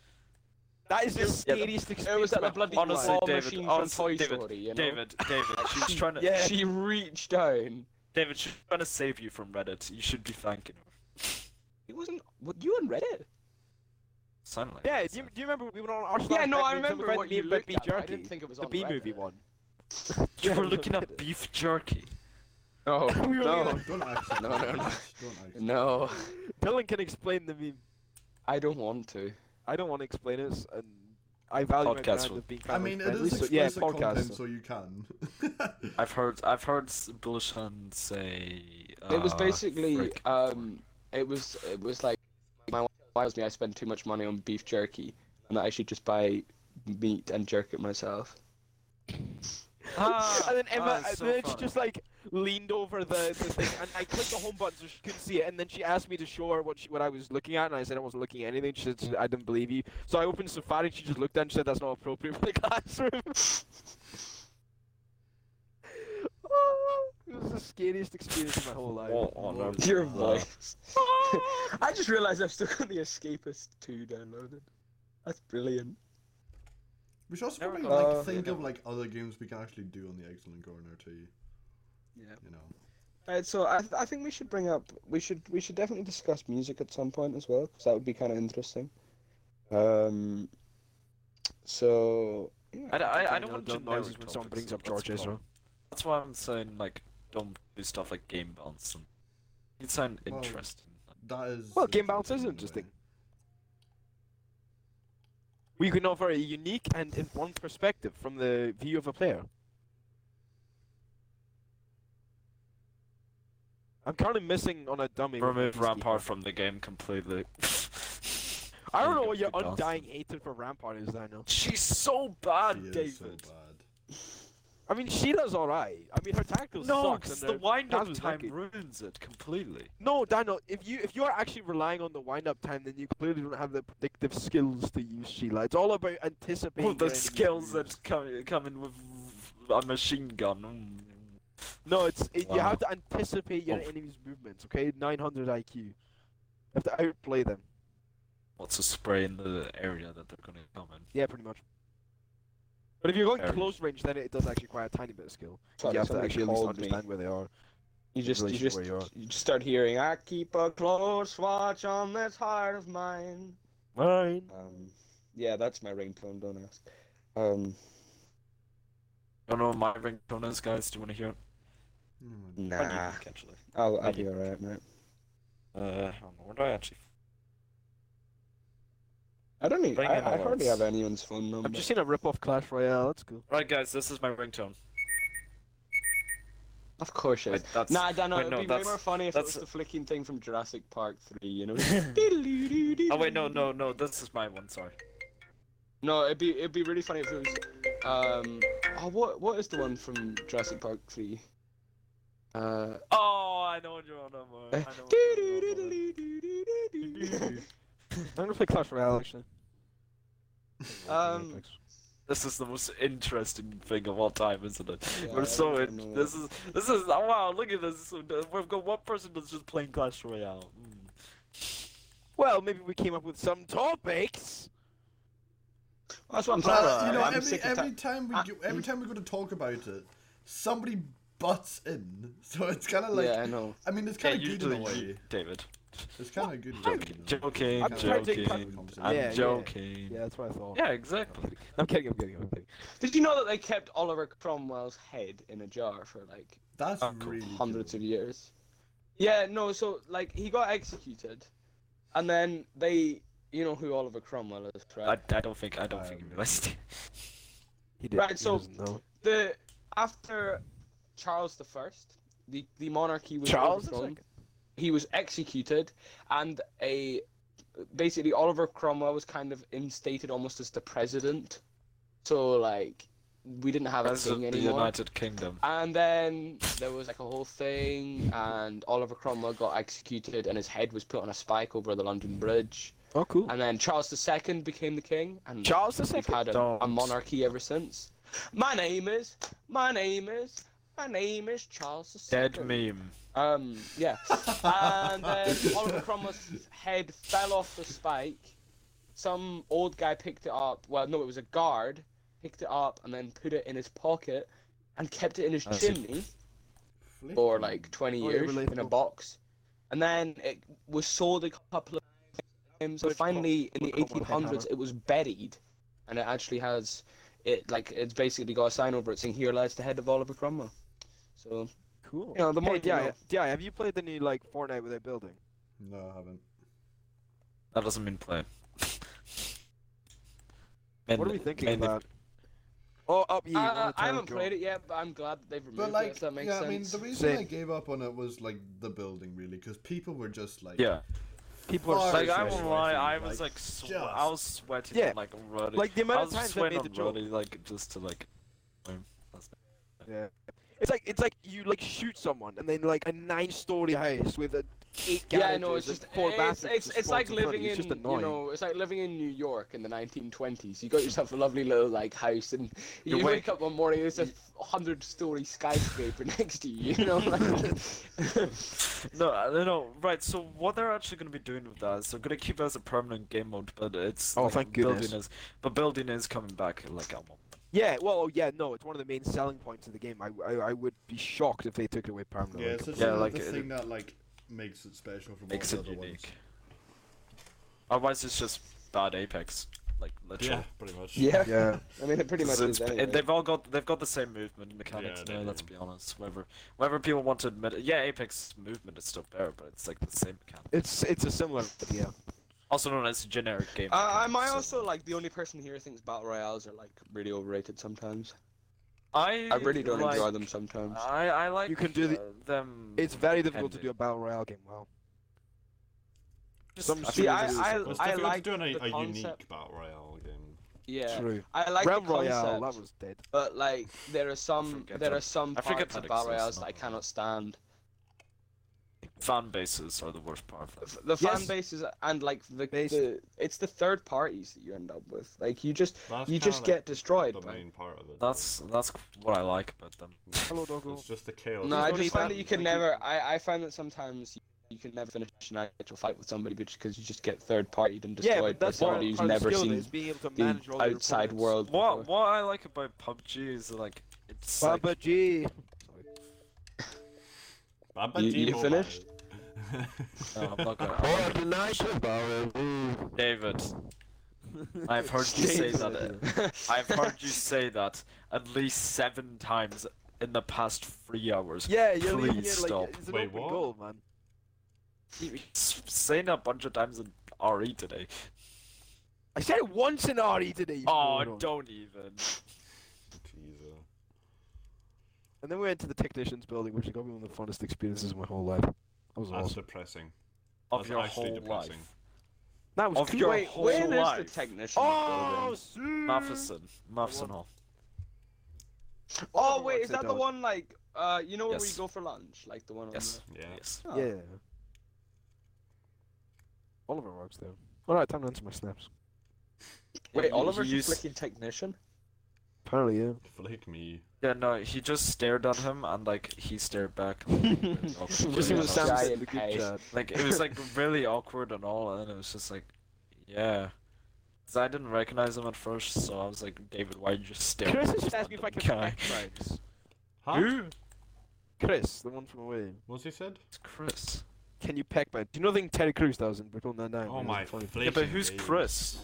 S5: That is the
S2: Yeah, the-
S5: scariest
S1: It
S5: experience.
S1: was at the
S5: of my
S1: bloody
S5: whole
S2: Honestly,
S1: claw
S5: life.
S2: David,
S1: machine
S2: honestly,
S1: from Toy
S2: David,
S1: Story, you know?
S2: David, David, she was trying to.
S5: Yeah.
S1: She reached down.
S2: David, she was trying to save you from Reddit. You should be thanking her.
S1: It wasn't. Were you on Reddit?
S2: Sound like
S5: Yeah,
S2: it,
S5: do you,
S2: so.
S5: do you remember we were on Arsenal?
S1: Yeah, no, I
S5: Reddit, we
S1: remember
S5: read
S1: what
S5: the
S1: you
S5: meme about
S1: looked
S5: Beef
S1: at. but I
S5: Jerky.
S1: didn't think it was
S5: the
S1: on
S5: B
S1: Reddit.
S5: movie one.
S2: you were looking at beef jerky.
S1: No,
S5: We were
S1: no,
S5: like-
S3: Oh, Don't
S1: No,
S3: actually.
S1: no, no.
S3: Don't actually.
S1: no.
S5: Dylan can explain the meme.
S1: I don't want to.
S5: I don't want to explain it, s- and I value my
S2: Podcast
S5: brand
S2: will-
S5: of being
S3: I
S5: family
S3: mean, it
S5: friendly,
S3: is
S5: so-
S3: explicit
S5: yeah,
S3: content,
S5: podcast.
S3: so you can.
S2: I've heard, I've heard Bullshan say.
S1: It was
S2: uh,
S1: basically,
S2: frick.
S1: um, it was, it was like, my wife tells me I spend too much money on beef jerky, and that I should just buy meat and jerk it myself.
S2: Ah,
S5: and then Emma,
S2: ah, it's
S5: and
S2: so
S5: then she
S2: funny.
S5: just like leaned over the, the thing, and I clicked the home button so she couldn't see it. And then she asked me to show her what she, what I was looking at, and I said I wasn't looking at anything. She said she- I didn't believe you. So I opened Safari, and she just looked at, it and she said that's not appropriate for the classroom. oh, it was the scariest experience of my whole life.
S2: What on
S3: Lord.
S2: earth?
S1: Your
S2: Uh,
S1: voice. I just realised I've still got the Escapist 2 downloaded. That's brilliant.
S3: we should also
S2: Never
S3: probably
S1: got
S3: like
S1: it.
S3: think
S1: Yeah.
S3: of like other games we can actually do on the excellent corner too.
S1: Yeah.
S3: You know.
S1: Right, Uh, so I, I think we should bring up, we should, we should definitely discuss music at some point as well, because that would be kind of interesting. Um, so. Yeah,
S2: I, don't- I, I
S5: know
S2: don't want
S5: the
S2: generic
S5: noises when someone
S2: topics,
S5: brings up
S2: that's
S5: George Ezra.
S2: cool. That's why I'm saying like don't do stuff like game balance. And... It sound
S3: Well,
S2: interesting.
S3: That is.
S5: Well,
S3: a
S5: game balance
S3: content
S5: is
S3: in a
S5: interesting.
S3: way.
S5: We can offer a unique and informed perspective from the view of a player. I'm currently missing on a dummy. with
S2: Remove
S5: Peacekeeper.
S2: Rampart from the game completely.
S5: I don't know what
S2: You're
S5: your
S2: good bastard.
S5: undying hatred for Rampart is. I know.
S2: She's so bad,
S3: She
S2: David.
S3: is so bad.
S5: I mean, she does all right. I mean, her tackle
S2: no,
S5: sucks.
S2: 'cause
S5: and
S2: the
S5: her-
S2: wind
S5: that
S2: up
S5: was
S2: time
S5: lucky.
S2: ruins it completely.
S5: No, Daniel. If you if you are actually relying on the wind up time, then you clearly don't have the predictive skills to use Sheila. It's all about anticipating.
S2: All the
S5: your enemy's
S2: skills
S5: moves.
S2: that come, come in with a machine gun.
S5: No, it's it, you
S2: Wow.
S5: have to anticipate your
S2: Oh.
S5: enemy's movements. Okay, 900 IQ. You have to outplay them.
S2: What's a spray in the area that they're gonna come in?
S5: Yeah, pretty much. But if you're going
S2: Fair.
S5: close range, then it does actually require a tiny bit of skill.
S1: Sorry,
S5: you have to
S1: somebody
S5: actually at least
S1: called me.
S5: understand where they are.
S1: You just, you
S5: relation
S1: just,
S5: where you are.
S1: you just start hearing. I keep a close watch on this heart of mine.
S5: Mine.
S1: Um, yeah, that's my ringtone. Don't ask. Um,
S2: You know what my ringtone is, guys? Do you want to hear it?
S3: Oh my
S1: Mm.
S2: I need
S1: nah,
S2: it, actually.
S1: I'll, I'll
S2: Maybe.
S1: be alright, mate.
S2: Uh, I don't know, where do I actually?
S1: I don't need.
S2: Bring
S1: I,
S2: in
S1: I
S2: the
S1: hardly have
S2: words.
S1: anyone's phone number.
S5: I've just seen a rip off Clash Royale. That's cool.
S2: Right, guys, this is my ringtone.
S1: Of course, it
S2: Wait,
S1: is.
S2: that's...
S1: Nah, Dan,
S2: wait,
S1: it'd
S2: no,
S1: be way
S2: that's-
S1: more funny if it was
S2: that's-
S1: the flicking thing from Jurassic Park Three. You know.
S2: Oh wait, no, no, no. This is my one. Sorry.
S1: No, it'd be it'd be really funny if it was. Um, oh, what what is the one from Jurassic Park Three? Uh.
S2: Oh, I know what you're on about. I know. What you're on about.
S5: I'm gonna play Clash Royale actually.
S3: Mm.
S5: Uh,
S1: Um,
S2: This is the most interesting thing of all time, isn't it?
S1: Yeah, I
S2: We're so
S1: don't know.
S2: in- this is this is oh, wow. Look at this. uh, We've got one person that's just playing Clash Royale. Mm.
S5: Well, maybe we came up with some topics.
S1: That's what I'm
S3: But,
S1: saying.
S3: you know,
S1: I'm
S3: every,
S1: sick of
S3: every
S1: ti-
S3: time we
S1: Ah,
S3: go, every time we go to talk about it, somebody butts in. So it's kind of like,
S1: yeah, I know.
S3: I mean, it's
S2: Yeah,
S3: kind of good in
S2: usually
S3: a
S2: you,
S3: way.
S2: David.
S3: It's kind of a good
S2: I'm
S3: game. though.
S2: joking,
S5: I'm
S3: trying to
S5: take part-
S2: joking.
S5: Yeah,
S2: I'm
S5: yeah.
S2: joking.
S5: Yeah, that's what I thought.
S2: Yeah, exactly.
S5: I'm kidding. I'm kidding. I'm kidding.
S1: Did you know that they kept Oliver Cromwell's head in a jar for like
S3: That's
S2: Oh, cool.
S3: really
S1: hundreds
S3: cool.
S1: of years? Yeah, no, so like he got executed, and then they, you know who Oliver Cromwell is,
S2: I,
S1: right?
S2: I don't think I don't think you
S3: Um,
S2: realized. it.
S5: He did.
S1: Right,
S5: he
S1: so-
S5: doesn't know.
S1: The after Charles the First, the the monarchy was
S5: Charles the
S1: overthrown.
S5: Second?
S1: He was executed, and a basically Oliver Cromwell was kind of instated almost as the president. So like we didn't have a
S2: That's
S1: king
S2: the
S1: anymore.
S2: United Kingdom.
S1: And then there was like a whole thing, and Oliver Cromwell got executed, and his head was put on a spike over the London Bridge.
S5: Oh, cool.
S1: And then Charles II became the king, and
S5: Charles the
S1: we've
S5: second.
S1: had a, a
S2: don't.
S1: monarchy ever since. My name is, my name is, my name is Charles II.
S2: Dead meme.
S1: Um, yeah. And then Oliver Cromwell's head fell off the spike. Some old guy picked it up. Well, no, it was a guard. Picked it up and then put it in his pocket and kept it in his
S2: I see.
S1: chimney
S3: Flipping.
S1: for like 20
S5: Oh, yeah,
S1: years in a
S5: relatable.
S1: box. And then it was sold a couple of times. So
S5: Which
S1: finally, in the
S5: what colour one
S1: 1800s,
S5: headhammer?
S1: it was buried. And it actually has, it like, it's basically got a sign over it saying, Here lies the head of Oliver Cromwell. So,
S5: Cool.
S1: you know, the more
S5: Hey,
S1: you
S5: Di,
S1: know.
S5: Di, have you played the new like Fortnite with a building?
S3: No, I haven't.
S2: That doesn't mean play.
S5: what are we
S2: Mainly-
S5: thinking
S2: mainly-
S5: about? Oh, up you.
S1: Uh, I haven't played it yet, but I'm glad that they've removed
S3: But
S1: it.
S3: like,
S1: If that makes
S3: yeah,
S1: sense.
S3: I mean, the reason I
S5: Same.
S3: gave up on it was like the building, really, because people were just like,
S2: Yeah.
S5: People are
S3: Far
S2: Like
S5: so
S2: I
S3: as
S2: won't
S3: well,
S2: lie,
S3: I
S2: I
S3: think,
S2: was
S3: like,
S2: like, swe-
S3: just-
S2: I was sweating
S5: Yeah.
S2: and, like running.
S5: Like, the amount
S2: I
S5: of
S2: was
S5: times I
S2: sweating
S5: made the
S2: on
S5: joke.
S2: running, like just to like.
S5: Yeah. It's like it's like you like shoot someone and then like a nine-story house with a eight
S1: yeah,
S5: garages
S1: I know. It's
S5: and
S1: just eh,
S5: four
S1: it's
S5: bathrooms.
S1: it's,
S5: just
S1: it's like
S5: spawns in front of
S1: living
S5: you,
S1: in
S5: It's just
S1: you
S5: annoying.
S1: know it's like living in New York in the 1920s. You got yourself a lovely little like house, and you
S2: You wake-
S1: wake up one morning there's a hundred-story skyscraper next to you. You know, like,
S2: No, I don't know. Right, so what they're actually going to be doing with that is they're going to keep it as a permanent game mode, but it's
S5: Oh,
S2: like,
S5: thank
S2: building
S5: goodness.
S2: is but building is coming back like a mo-
S5: Yeah. Well, yeah. No, it's one of the main selling points of the game. I I, I would be shocked if they took it away permanently.
S3: yeah, it's just
S2: Yeah,
S3: like,
S2: like,
S3: the
S2: it-
S3: thing that like makes it special from all
S2: makes
S3: the
S2: it
S3: other ones.
S2: unique. Otherwise, it's just bad Apex, like literally.
S3: Yeah, pretty much.
S1: yeah.
S5: yeah.
S1: I mean, it pretty much
S2: It's-
S1: is
S2: it's-
S1: anyway.
S2: They've all got they've got the same movement mechanics
S3: Yeah, they
S2: now. Let's be
S3: do.
S2: honest. Whether whether people want to admit it, yeah, Apex movement is still better, but it's like the same mechanic.
S5: It's it's a similar. Yeah.
S2: Also known as generic game.
S1: Uh, am I
S2: mechanic, so-
S1: also like the only person here who thinks battle royales are like really overrated sometimes? uh,
S2: I
S1: I really don't enjoy
S2: like-
S1: them sometimes.
S2: I I like
S5: can do the-
S2: uh, them.
S5: It's very difficult to
S2: Depending.
S5: do a battle royale game. Well.
S2: Just-
S5: some
S2: I
S5: shooters
S1: See, I
S5: are just-
S1: I,
S3: Well, it's
S1: I
S3: difficult
S1: like
S3: to do
S1: the
S3: a, a
S1: concept.
S3: unique battle royale game.
S1: Yeah,
S5: True.
S1: I like
S5: Realm
S1: the concept.
S5: Royale, that was dead.
S1: But like there are some
S2: forget
S1: there
S2: that-
S1: are some
S2: I forget
S1: parts
S2: that
S1: of battle
S2: exists,
S1: royales that I
S2: no.
S1: cannot stand.
S2: fan bases are the worst part of
S1: The
S2: that.
S1: f- The fan
S5: Yes.
S1: bases and like the,
S5: Based.
S1: the it's the third parties that you end up with. Like you just
S3: That's
S1: you
S3: kinda,
S1: just
S3: like,
S1: get destroyed.
S3: the
S1: man.
S3: main part of it. though.
S2: That's that's what I like about them.
S5: Hello, Doggo.
S3: It's just the chaos.
S1: No, I
S5: There's
S1: just
S5: only
S1: find
S5: that-
S1: that you can
S5: like, you-
S1: never. I I find that sometimes. You, you can never finish an actual fight with somebody because you just get third partied and
S5: Yeah,
S1: destroyed
S5: but
S1: by
S5: that's part
S1: somebody
S5: of
S1: who's
S5: part of the
S1: never
S5: skill of it,
S1: seen
S5: is being able to
S1: the
S5: manage all your
S1: outside
S5: opponents.
S1: world.
S2: What
S1: before.
S2: what I like about PUBG is like it's like,
S5: Baba G.
S3: Baba
S1: You- you
S3: Demo Battle.
S1: finished?
S2: no, I'm not gonna. I'm not gonna- David, I've heard you say that. I've heard you say that at least seven times in the past three hours.
S5: Yeah, you're leaving
S2: Please
S5: it like
S2: stop.
S5: it's an
S3: Wait,
S5: open
S3: what?
S5: goal, man.
S2: S- Saying a bunch of times in RE today.
S5: I said it once in RE today. you
S2: Oh,
S5: moron.
S2: don't even.
S3: Jesus.
S5: And then we went to the technicians building, which is probably one of the funnest experiences of my whole life. That was
S3: That's
S5: awesome.
S3: depressing.
S2: Of
S3: That's
S2: your
S3: actually
S2: whole life,
S3: depressing.
S5: That was
S2: of
S5: cool.
S2: your
S1: Wait,
S2: whole
S1: where is the
S2: life.
S1: technician?
S5: Oh,
S1: building?
S2: Matheson, Matheson
S5: What?
S2: Hall.
S1: oh
S5: don't
S1: wait,
S5: like
S1: is
S5: the
S1: that the
S5: dog.
S1: one like uh you know where we
S2: Yes.
S1: go for lunch, like the one?
S2: Yes.
S3: Yeah.
S2: Yes.
S1: On the... oh.
S5: Yeah. Oliver works there. All right, time to answer my snaps.
S1: Wait,
S2: You- you
S1: Oliver's a
S2: use-
S1: flicking technician?
S5: Apparently, yeah.
S3: Flick me.
S2: Yeah, no, he just stared at him and like he stared back. Just
S5: Just
S1: Yeah.
S5: even Sam said in
S1: Giant
S5: the group
S1: case.
S5: chat.
S2: like it was like really awkward and all, and it was just like, yeah. 'Cause I didn't recognize him at first, so I was like, David, why you just stare? at
S5: Chris is
S2: this
S5: just asking if I can
S2: random
S5: connect
S2: guy?
S5: tribes.
S3: Huh?
S2: Who?
S5: Chris, the one from away.
S3: What's he said?
S2: It's Chris.
S5: can you peck my? Do you know the thing Terry Crews does in Brooklyn Nine Nine?
S3: Oh my
S5: Funny.
S2: Yeah, but
S3: flation
S2: who's
S3: days.
S2: Chris?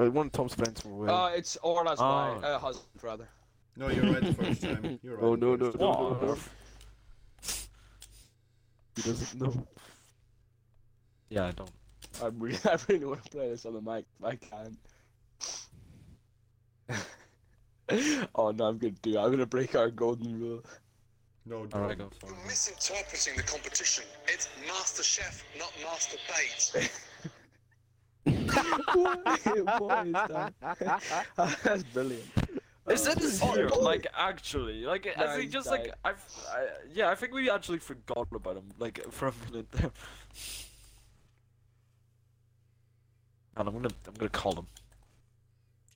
S5: Uh, One of Tom's friends from away.
S1: Uh, it's Orla's
S2: Oh.
S1: wife, uh, husband rather.
S3: No, you're right the first time. You're right.
S5: Oh,
S3: the
S5: no,
S3: first
S5: no,
S3: time.
S5: no,
S2: What?
S5: he doesn't know.
S2: Yeah, I don't.
S1: I really, I really want to play this on the mic. but I can't. oh no, I'm gonna do. I'm gonna break our golden rule.
S3: No,
S2: All
S3: don't.
S2: right, go for it.
S6: You're misinterpreting the competition. It's Master Chef, not Master Bait.
S1: what? what is that? That's brilliant.
S2: Is
S1: Uh,
S2: it this
S1: oh,
S2: year?
S1: oh,
S2: Like actually, like I think
S1: Nice,
S2: just like
S1: nice.
S2: I've, I, yeah, I think we actually forgot about him like for a minute there. And I'm gonna, I'm gonna call him.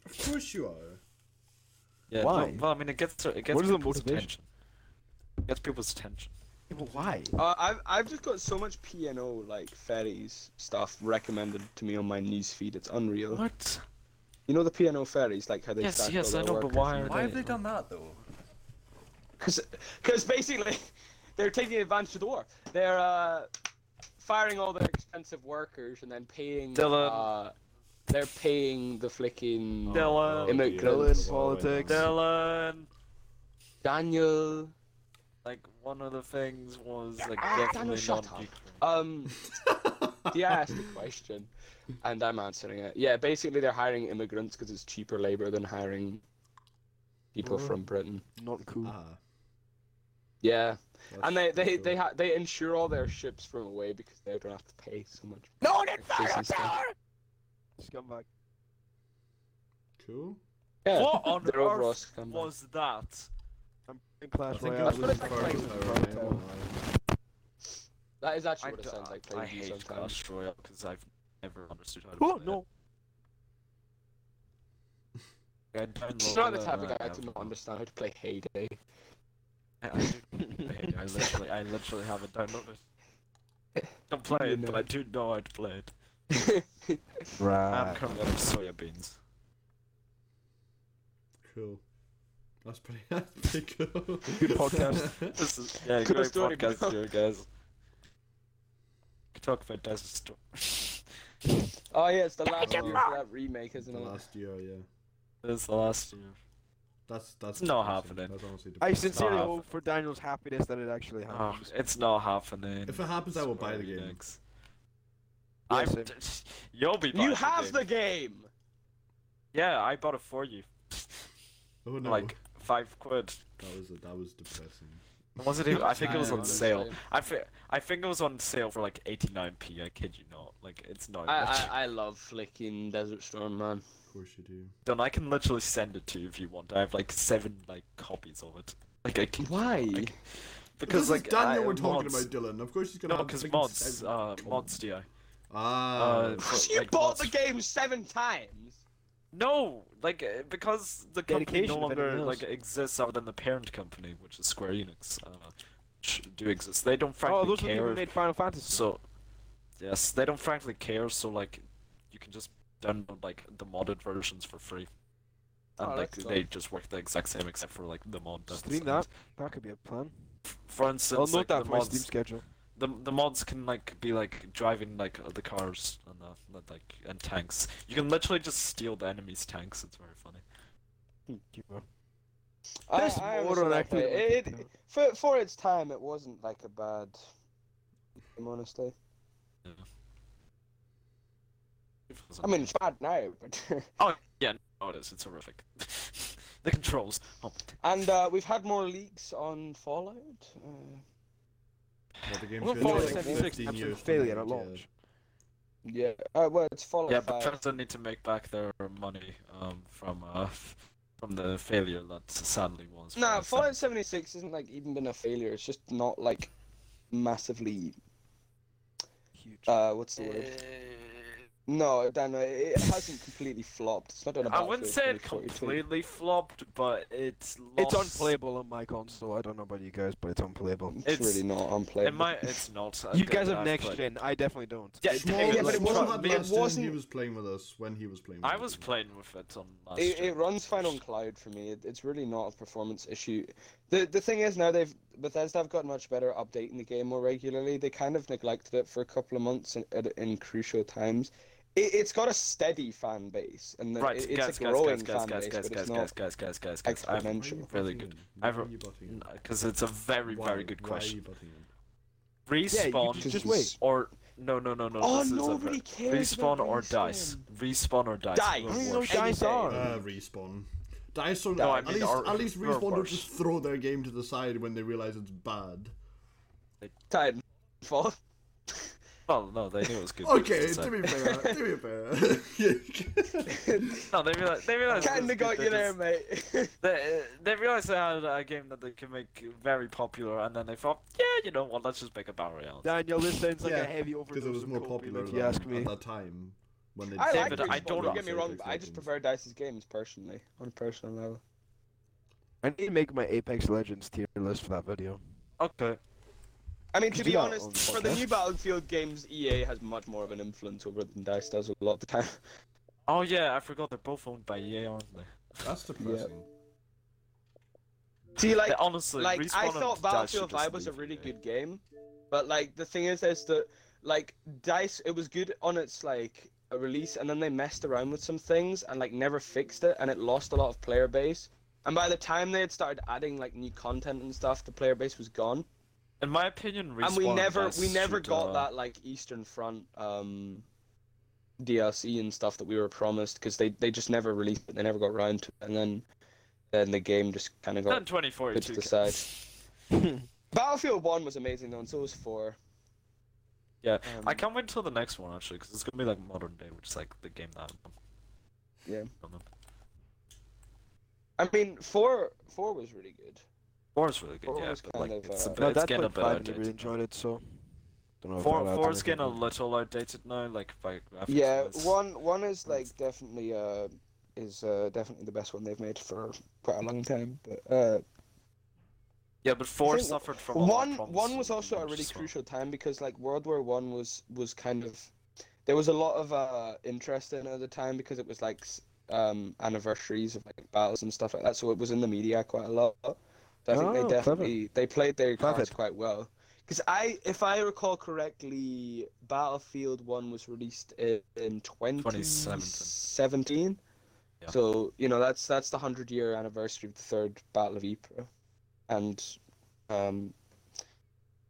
S3: Of course you are.
S2: Yeah. no,
S5: Why?
S2: well, I mean, it gets, it gets
S5: What is the
S2: people's
S5: motivation?
S2: attention. It gets people's attention.
S5: why?
S1: Uh, I've I've just got so much PNO like ferries stuff recommended to me on my newsfeed. It's unreal.
S2: What?
S1: You know the PNO ferries, like how they
S2: Yes,
S1: stack all
S2: yes, I
S1: their
S2: know, but
S1: workers
S2: why
S1: and-
S2: are
S6: Why
S2: they?
S6: have they done that though?
S1: Because, because basically, they're taking advantage of the war. They're uh, firing all their expensive workers and then paying.
S2: Dylan.
S1: Uh, they're paying the flicking
S2: Dylan.
S3: Oh,
S1: Immigrant
S3: dear.
S5: politics.
S2: Dylan.
S1: Daniel.
S2: Like one of the things was like
S1: Ah, Daniel,
S2: definitely
S1: shut
S2: not.
S1: up. Um, yeah, I asked a question, and I'm answering it. Yeah, basically they're hiring immigrants because it's cheaper labor than hiring people
S5: Mm.
S1: from Britain.
S5: Not cool.
S2: Uh,
S3: Ah,
S1: Yeah,
S3: that's
S1: and they they
S3: cool.
S1: they ha- they insure all their ships from away because they don't have to pay so much. No, that's
S5: Scumbag.
S3: cool.
S1: Yeah,
S2: What on
S1: they're overall
S2: earth
S1: scumbag.
S2: Um, Was that?
S5: I'm in Clash
S3: I think
S5: Royale.
S3: I'm
S1: that's what
S5: losing
S1: it
S3: losing
S1: looks like.
S5: cards
S3: power
S5: in front
S3: in
S5: of
S3: my
S5: them.
S3: life.
S1: That is actually
S2: I
S1: what it
S2: d-
S1: sounds like playing
S2: I
S1: Doom
S2: hate
S1: sometimes.
S2: Clash Royale because I've never understood how to
S5: Oh
S2: play
S5: no!
S2: it. I downloaded
S1: It's not the
S2: it
S1: type
S2: and
S1: of guy
S2: I
S1: to
S2: have
S1: not
S2: no-
S1: understand how to play Heyday.
S2: I, I do play it. I literally, I literally haven't downloaded. it. Don't play
S1: You
S2: it, but
S1: know.
S2: I do know how to play it. I'm
S5: Right.
S2: currently out of soya beans.
S3: Cool. That's pretty. That's pretty cool.
S5: Good podcast.
S2: This is yeah,
S1: Good
S2: great
S1: story,
S2: podcast
S1: bro.
S2: here, guys. Could talk about Desert Storm.
S1: Oh yeah, it's the last year
S3: Damn
S1: for
S3: right.
S1: that remake,
S3: The
S1: isn't it?
S3: last year, yeah.
S2: That's the last year.
S3: That's that's
S2: It's not
S3: depressing.
S2: happening.
S3: That's honestly
S5: I
S3: depressing.
S5: sincerely
S2: Nah.
S5: hope for Daniel's happiness that it actually
S2: Oh,
S5: happens.
S2: it's not happening.
S3: If it happens, I will buy the
S2: Square
S3: game.
S2: Enix.
S5: Yeah,
S2: I'm.
S5: same.
S2: You'll be. buying
S1: You have
S2: the.
S1: the
S2: game.
S1: game.
S2: Yeah, I bought it for you.
S3: Oh no,
S2: Like five quid.
S3: that was that was depressing.
S2: Was it? Even, I think it was
S1: Yeah,
S2: on
S1: it was
S2: sale.
S1: like-
S2: I think I think it was on sale for like 89p. I kid you not. Like it's not.
S1: I, I I love flicking Desert Storm, man.
S3: Of course you do.
S2: Done. I can literally send it to you if you want. I have like seven like copies of it. Like I kid you not,
S1: Why?
S2: like-
S3: Because
S2: because
S3: this
S2: like
S3: is Daniel
S2: I,
S3: we're talking
S2: mods,
S3: about, Dylan. Of course he's gonna.
S2: No,
S3: have
S2: because
S3: freaking
S2: mods,
S3: seven-
S2: uh, mods, do
S3: Ah.
S2: Uh, for,
S1: you
S2: like,
S1: bought
S2: mods-
S1: the game seven times.
S2: No, like uh, because the company
S5: Dedication,
S2: no
S5: if anything
S2: longer
S5: else.
S2: like exists other than the parent company, which is Square Enix, uh, which do exist. They don't frankly
S5: Oh, those are the people
S2: care.
S5: who made Final Fantasy.
S2: So, yes, they don't frankly care. So like, you can just download like the modded versions for free, and
S1: Oh,
S2: like
S1: that's
S2: they just work the exact same except for like the mod. that's
S5: Stream
S2: designed.
S5: that. That could be a plan.
S2: For instance,
S5: I'll
S2: like,
S5: note that
S2: the
S5: for my Steam
S2: mods,
S5: schedule.
S2: the, the mods can like be like driving like the cars and uh, like and tanks. You can literally just steal the enemy's tanks. It's very funny.
S5: This moron actually
S1: It, it, for for its time, it wasn't like a bad. game, Honestly, I mean it's bad now, but
S2: Yeah, no, it is. It's horrific. the controls. Oh.
S1: and uh, we've had more leaks on Fallout. Uh,
S3: well, the game's
S5: Well,
S3: been
S1: Fallout
S3: like
S1: 76
S3: 15
S5: absolute
S3: years
S5: failure at
S3: old, yeah.
S5: launch.
S1: yeah, uh, well it's Fallout
S2: Yeah,
S1: 5.
S2: Bethesda need to make back their money um, from uh, from the failure that sadly was.
S1: No,
S2: for
S1: Fallout
S2: us.
S1: 76 isn't like even been a failure. It's just not like massively.
S5: Huge.
S1: Uh, what's the word? No, Dan, it hasn't completely flopped. It's not done a
S2: I wouldn't say
S1: Battlefield
S2: it
S1: 2042.
S2: completely flopped, but it's
S5: It's
S2: lost.
S5: unplayable on my console. I don't know about you guys, but it's unplayable.
S1: It's,
S2: It's-
S1: really not unplayable.
S2: It might. It's not. I
S5: You
S2: don't
S5: guys
S2: know,
S5: have
S2: I've
S5: next
S2: played-
S5: gen. I definitely don't.
S2: Yeah,
S3: It's
S2: it-
S3: more
S1: yeah,
S2: it
S3: like
S1: but it
S2: was
S3: what
S1: wasn't-
S2: try-
S3: about
S1: it
S2: me-
S3: last gen He
S1: wasn't-
S3: was playing with us when he was playing. With
S2: I
S3: us.
S2: was playing with it on last.
S1: It,
S2: gen.
S1: it runs fine on cloud for me. It, it's really not a performance issue. The the thing is now they've Bethesda have gotten much better at updating the game more regularly. They kind of neglected it for a couple of months in, in, in crucial times. It, it's got a steady fan base, and the-
S2: Right,
S1: it- it's
S2: guys,
S1: a
S2: guys, guys,
S1: growing
S2: guys,
S1: fan
S2: guys,
S1: base,
S2: guys,
S1: but it's
S2: guys,
S1: not
S2: guys, guys, guys, guys, guys. I'm
S1: exponential.
S2: really good. I've- because it's a very, very good question.
S5: Yeah, you
S2: Respawn
S5: just,
S1: is-
S5: just wait.
S2: or no, no, no, no.
S1: Oh,
S2: this is a
S1: nobody
S2: ver-
S1: cares
S2: Respawn
S1: about
S2: or dice. Respawn or dice.
S1: Dice.
S2: We're
S1: I
S5: I don't even know
S2: worse.
S5: what dice
S1: Anything.
S5: are.
S3: Uh, respawn. Dice are
S2: No, I
S3: at
S2: mean,
S3: least
S2: our-
S3: at least
S2: we're
S3: respawn don't
S2: worse.
S3: just throw their game to the side when they realize it's bad.
S1: Titanfall.
S2: Well, no, they knew it was good.
S3: Okay,
S2: so-
S3: to be fair, to be fair.
S2: No, they realized. They realized. it was
S1: Kinda
S2: good,
S1: got
S2: they
S1: you there,
S2: just-
S1: mate.
S2: They, uh, they realized they had a game that they could make very popular, and then they thought, yeah, you know what? Let's just make a battle royale.
S5: Daniel, this sounds like
S3: Yeah,
S5: a heavy
S3: Because
S5: overdose
S3: it was
S5: of
S3: more
S5: coke,
S3: popular
S5: if
S3: than,
S5: you ask me.
S3: at that time. When they
S1: I like
S2: David,
S1: Respawn,
S2: I don't-
S1: don't get me wrong, but I just prefer Dice's games personally, on a personal level.
S5: I need to make my Apex Legends tier list for that video.
S2: Okay.
S1: I mean, to
S5: Could
S1: be
S5: do that
S1: honest,
S5: on the
S1: for the
S5: podcast.
S1: new Battlefield games, EA has much more of an influence over than Dice does a lot of the time.
S2: Oh yeah, I forgot they're both owned by EA, aren't they?
S3: That's depressing.
S1: See, like,
S2: They- honestly,
S1: like I
S2: Respawn and
S1: thought
S2: Dice
S1: Battlefield
S2: should just
S1: 5 was a
S2: leave E
S1: really
S2: EA.
S1: good game, but like the thing is, is that like Dice, it was good on its like a release, and then they messed around with some things and like never fixed it, and it lost a lot of player base. And by the time they had started adding like new content and stuff, the player base was gone,
S2: In my opinion, Respawn
S1: and we never
S2: Dice
S1: we never
S2: should,
S1: got
S2: uh,
S1: that like Eastern Front um DLC and stuff that we were promised because they they just never released it, they never got around to it, and then then the game just kind of got
S2: Then 2042.
S1: Good to Battlefield 1 was amazing though, and so was 4.
S2: Yeah,
S1: Um,
S2: I can't wait till the next one actually, because it's gonna be like modern day, which is like the game that. I'm-
S1: Yeah.
S2: I'm-
S1: I mean, 4 4 was really good.
S2: Four is really good,
S1: Four
S2: yeah,
S1: was
S2: but like
S1: kind of,
S2: it's, a
S1: uh,
S2: bit,
S5: No,
S2: it's
S5: that's
S2: getting a
S5: been
S2: bit
S5: fun. I
S2: outdated.
S5: really enjoyed it, so. Don't know if
S2: Four
S5: I'll add
S2: four's
S5: anything.
S2: getting a little outdated now, like by graphics.
S1: Yeah,
S2: wise.
S1: one one is like definitely uh is uh definitely the best one they've made for quite a long time. But uh
S2: Yeah, but four
S1: think
S2: suffered from a lot of
S1: one
S2: problems
S1: one was
S2: and
S1: also a
S2: launch
S1: really
S2: as well.
S1: crucial time because like World War 1 was was kind of there was a lot of uh interest in it at the time because it was like s- um anniversaries of like battles and stuff like that, so it was in the media quite a lot. So I think
S5: Oh,
S1: they
S5: clever.
S1: definitely they played their cards
S5: Perfect.
S1: quite well. Because I, if I recall correctly, Battlefield One was released in, in 2017.
S2: Yeah.
S1: So you know that's that's the hundred year anniversary of the third Battle of Ypres, and um,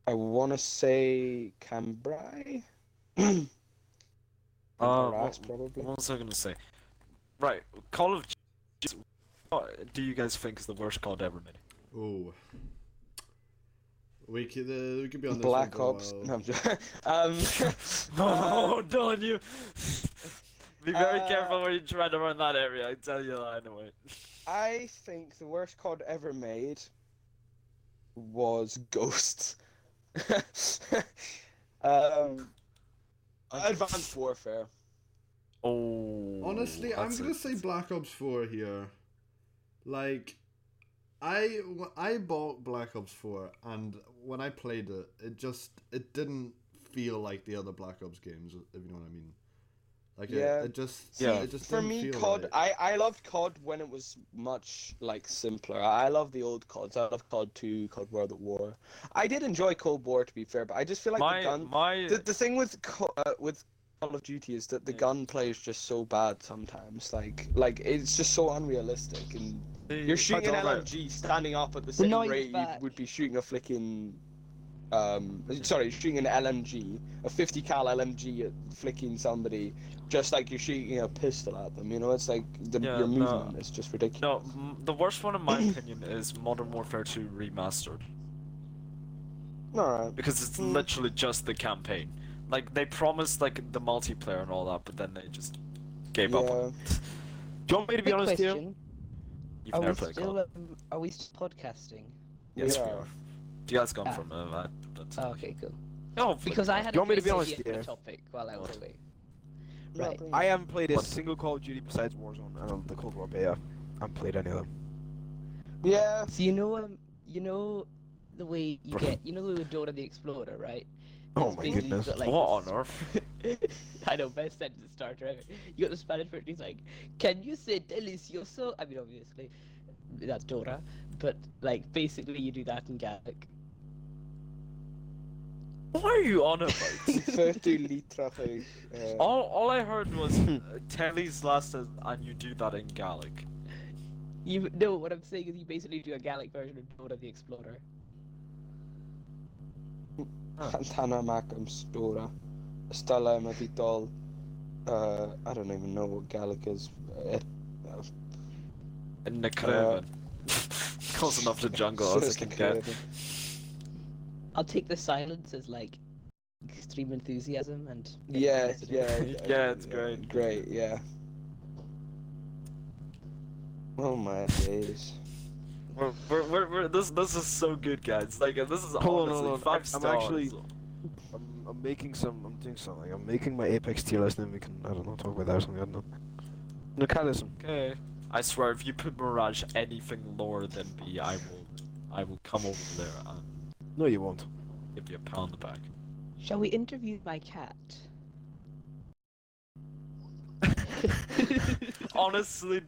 S1: I want to say Cambrai.
S2: Uh,
S1: Arras,
S2: what-
S1: probably.
S2: What was I gonna say? Right, Call of Duty. What do you guys think is the worst COD ever made?
S3: Oh. We could, uh, we could be on this
S1: Black
S3: one for
S1: Ops.
S3: a while.
S1: No, I'm joking. um,
S2: No, don't you. Be very
S1: uh,
S2: careful when you tread around that area. I tell you that anyway.
S1: I think the worst COD ever made was Ghosts. um, Advanced Warfare.
S2: Oh.
S3: Honestly, I'm gonna say Black Ops 4 here. Like, I wh- I bought Black Ops 4, and when I played it, it just it didn't feel like the other Black Ops games, if you know what I mean. Like,
S1: Yeah.
S3: it, it just
S2: Yeah.
S3: It just
S1: For
S3: didn't
S1: me,
S3: feel
S1: COD.
S3: right.
S1: I I loved COD when it was much like simpler. I love the old CODs. I love COD Two, COD World at War. I did enjoy Cold War to be fair, but I just feel like
S2: my
S1: the gun.
S2: my
S1: The, the thing with Co- uh, with Call of Duty is that the
S2: Yeah.
S1: gunplay is just so bad sometimes. Like like it's just so unrealistic and
S2: the-
S1: You're shooting an
S2: I don't know.
S1: LMG standing up at the same
S4: noise
S1: rate you
S4: back.
S1: would be shooting a flicking. Um, sorry, shooting an LMG, a 50 cal LMG at flicking somebody, just like you're shooting a pistol at them. You know, it's like the,
S2: Yeah,
S1: your
S2: no.
S1: movement is just ridiculous.
S2: No, m- the worst one in my opinion is Modern Warfare 2 remastered
S1: Alright.
S2: because it's
S1: Mm.
S2: literally just the campaign. Like they promised like the multiplayer and all that, but then they just gave up. on it.
S1: Yeah.
S5: Do you want me to be
S4: Quick
S5: honest here?
S4: question,
S2: You've
S4: Are
S2: never
S4: we,
S2: played
S4: still,
S2: COD.
S4: um, are we still podcasting?
S2: Yes, we
S1: Yeah.
S2: are. You guys gone
S4: Ah.
S2: from uh, that. That's...
S4: Oh, okay, cool.
S2: No,
S4: Because I had
S5: Do you
S4: a
S5: want me to be
S4: pretty good
S5: honest
S4: idea for
S5: here?
S4: a topic while I was
S2: What?
S4: away. Right.
S5: I haven't played a
S2: What?
S5: single Call of Duty besides Warzone and um, the Cold War beta. I haven't played any of them.
S1: Yeah.
S4: So you know, um, you know, the way you
S5: Bruh.
S4: get, you know, the way Dora the Explorer, right?
S5: Oh
S4: It's
S5: my
S4: basically
S5: goodness.
S4: got, like,
S2: what
S4: this-
S2: on earth?
S4: I know, best sentence starter ever. You got the Spanish word, he's like, Can you say delicioso? I mean, obviously. that's Dora. But like basically, you do that in Gaelic.
S2: What are you on about?
S1: 30 litre thing. Uh,
S2: all, all I heard was uh, Telly's last, is- and you do that in Gaelic.
S4: You no, what I'm saying is you basically do a Gaelic version of Dora the Explorer.
S1: Hannah Macam's Dora. Stella Mavidal. Uh, I don't even know what Gaelic is. Uh,
S2: In the Caribbean. Close enough to jungle as I can get.
S4: I'll take the silence as like extreme enthusiasm and
S1: Yeah, yeah.
S2: Yeah, it's great.
S1: Great, yeah. Oh my days.
S2: We're, we're, we're, we're, this, this is so good, guys. Like, uh, this is
S5: Hold on,
S2: honestly
S5: hold on.
S2: five
S5: I'm
S2: stars.
S5: actually- I'm, I'm making some. I'm doing something. I'm making my Apex tier list, and then we can. I don't know. Talk about that or something. I don't know. Nihilism.
S2: Okay. I swear, if you put Mirage anything lower than B, I will, I will come over there and
S5: No, you won't.
S2: give you a pound on the back.
S4: Shall we interview my cat?
S2: Honestly,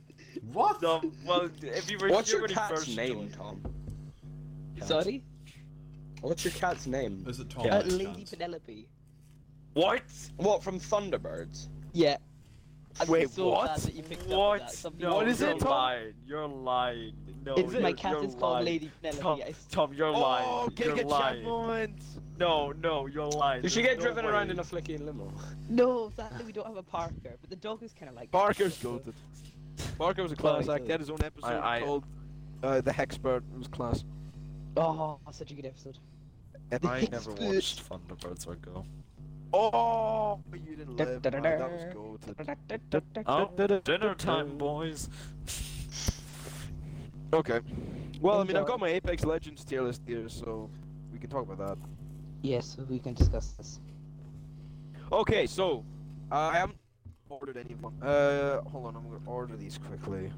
S3: What?
S2: dumb. Well, if you were
S1: What's
S2: here
S1: your
S2: when he
S1: cat's
S2: first
S1: name,
S2: joined-
S1: Tom?
S4: Sorry,
S1: What's your cat's name?
S3: Is it Tom?
S2: Yeah.
S4: uh,
S3: by
S4: Lady
S3: chance?
S4: Penelope.
S2: What?
S1: What from Thunderbirds?
S4: Yeah. I'm
S5: Wait,
S4: so glad
S2: what?
S4: that you picked up on
S2: what?
S4: that. Something
S2: No,
S5: What is
S2: you're
S5: it, Tom?
S2: lying. You're lying. No,
S4: It's
S2: you're,
S4: my cat
S2: you're
S4: is called
S2: lying.
S4: Lady
S2: Tom,
S4: Penelope. I-
S2: Tom, you're lying.
S5: Oh,
S2: you're
S5: get a chat
S2: lying.
S5: moment.
S2: No, no, you're lying.
S1: Did she
S2: There's
S1: get
S2: no
S1: driven
S2: way.
S1: around in a flicking limo?
S4: No, sadly we don't have a Parker, but the dog is kind of like.
S5: Barker's
S4: so-
S5: goated. Barker was a class
S4: Barker.
S5: act. He had his own episode
S2: I-
S5: called uh, "The Hexpert." It was class.
S4: Oh, such a good episode.
S2: I
S5: Epic.
S2: never watched Thunderbirds or Go.
S5: Oh, you didn't
S4: Da-
S5: live.
S4: da- da-
S5: man, That was
S4: da.
S5: goated.
S2: Oh, dinner time, boys.
S5: Okay. Well, I mean, I've
S4: Enjoy.
S5: got my Apex Legends tier list here, so we can talk about that.
S4: Yes, we can discuss this.
S5: Okay, so uh, I haven't ordered any of them. Uh, hold on, I'm gonna order these quickly.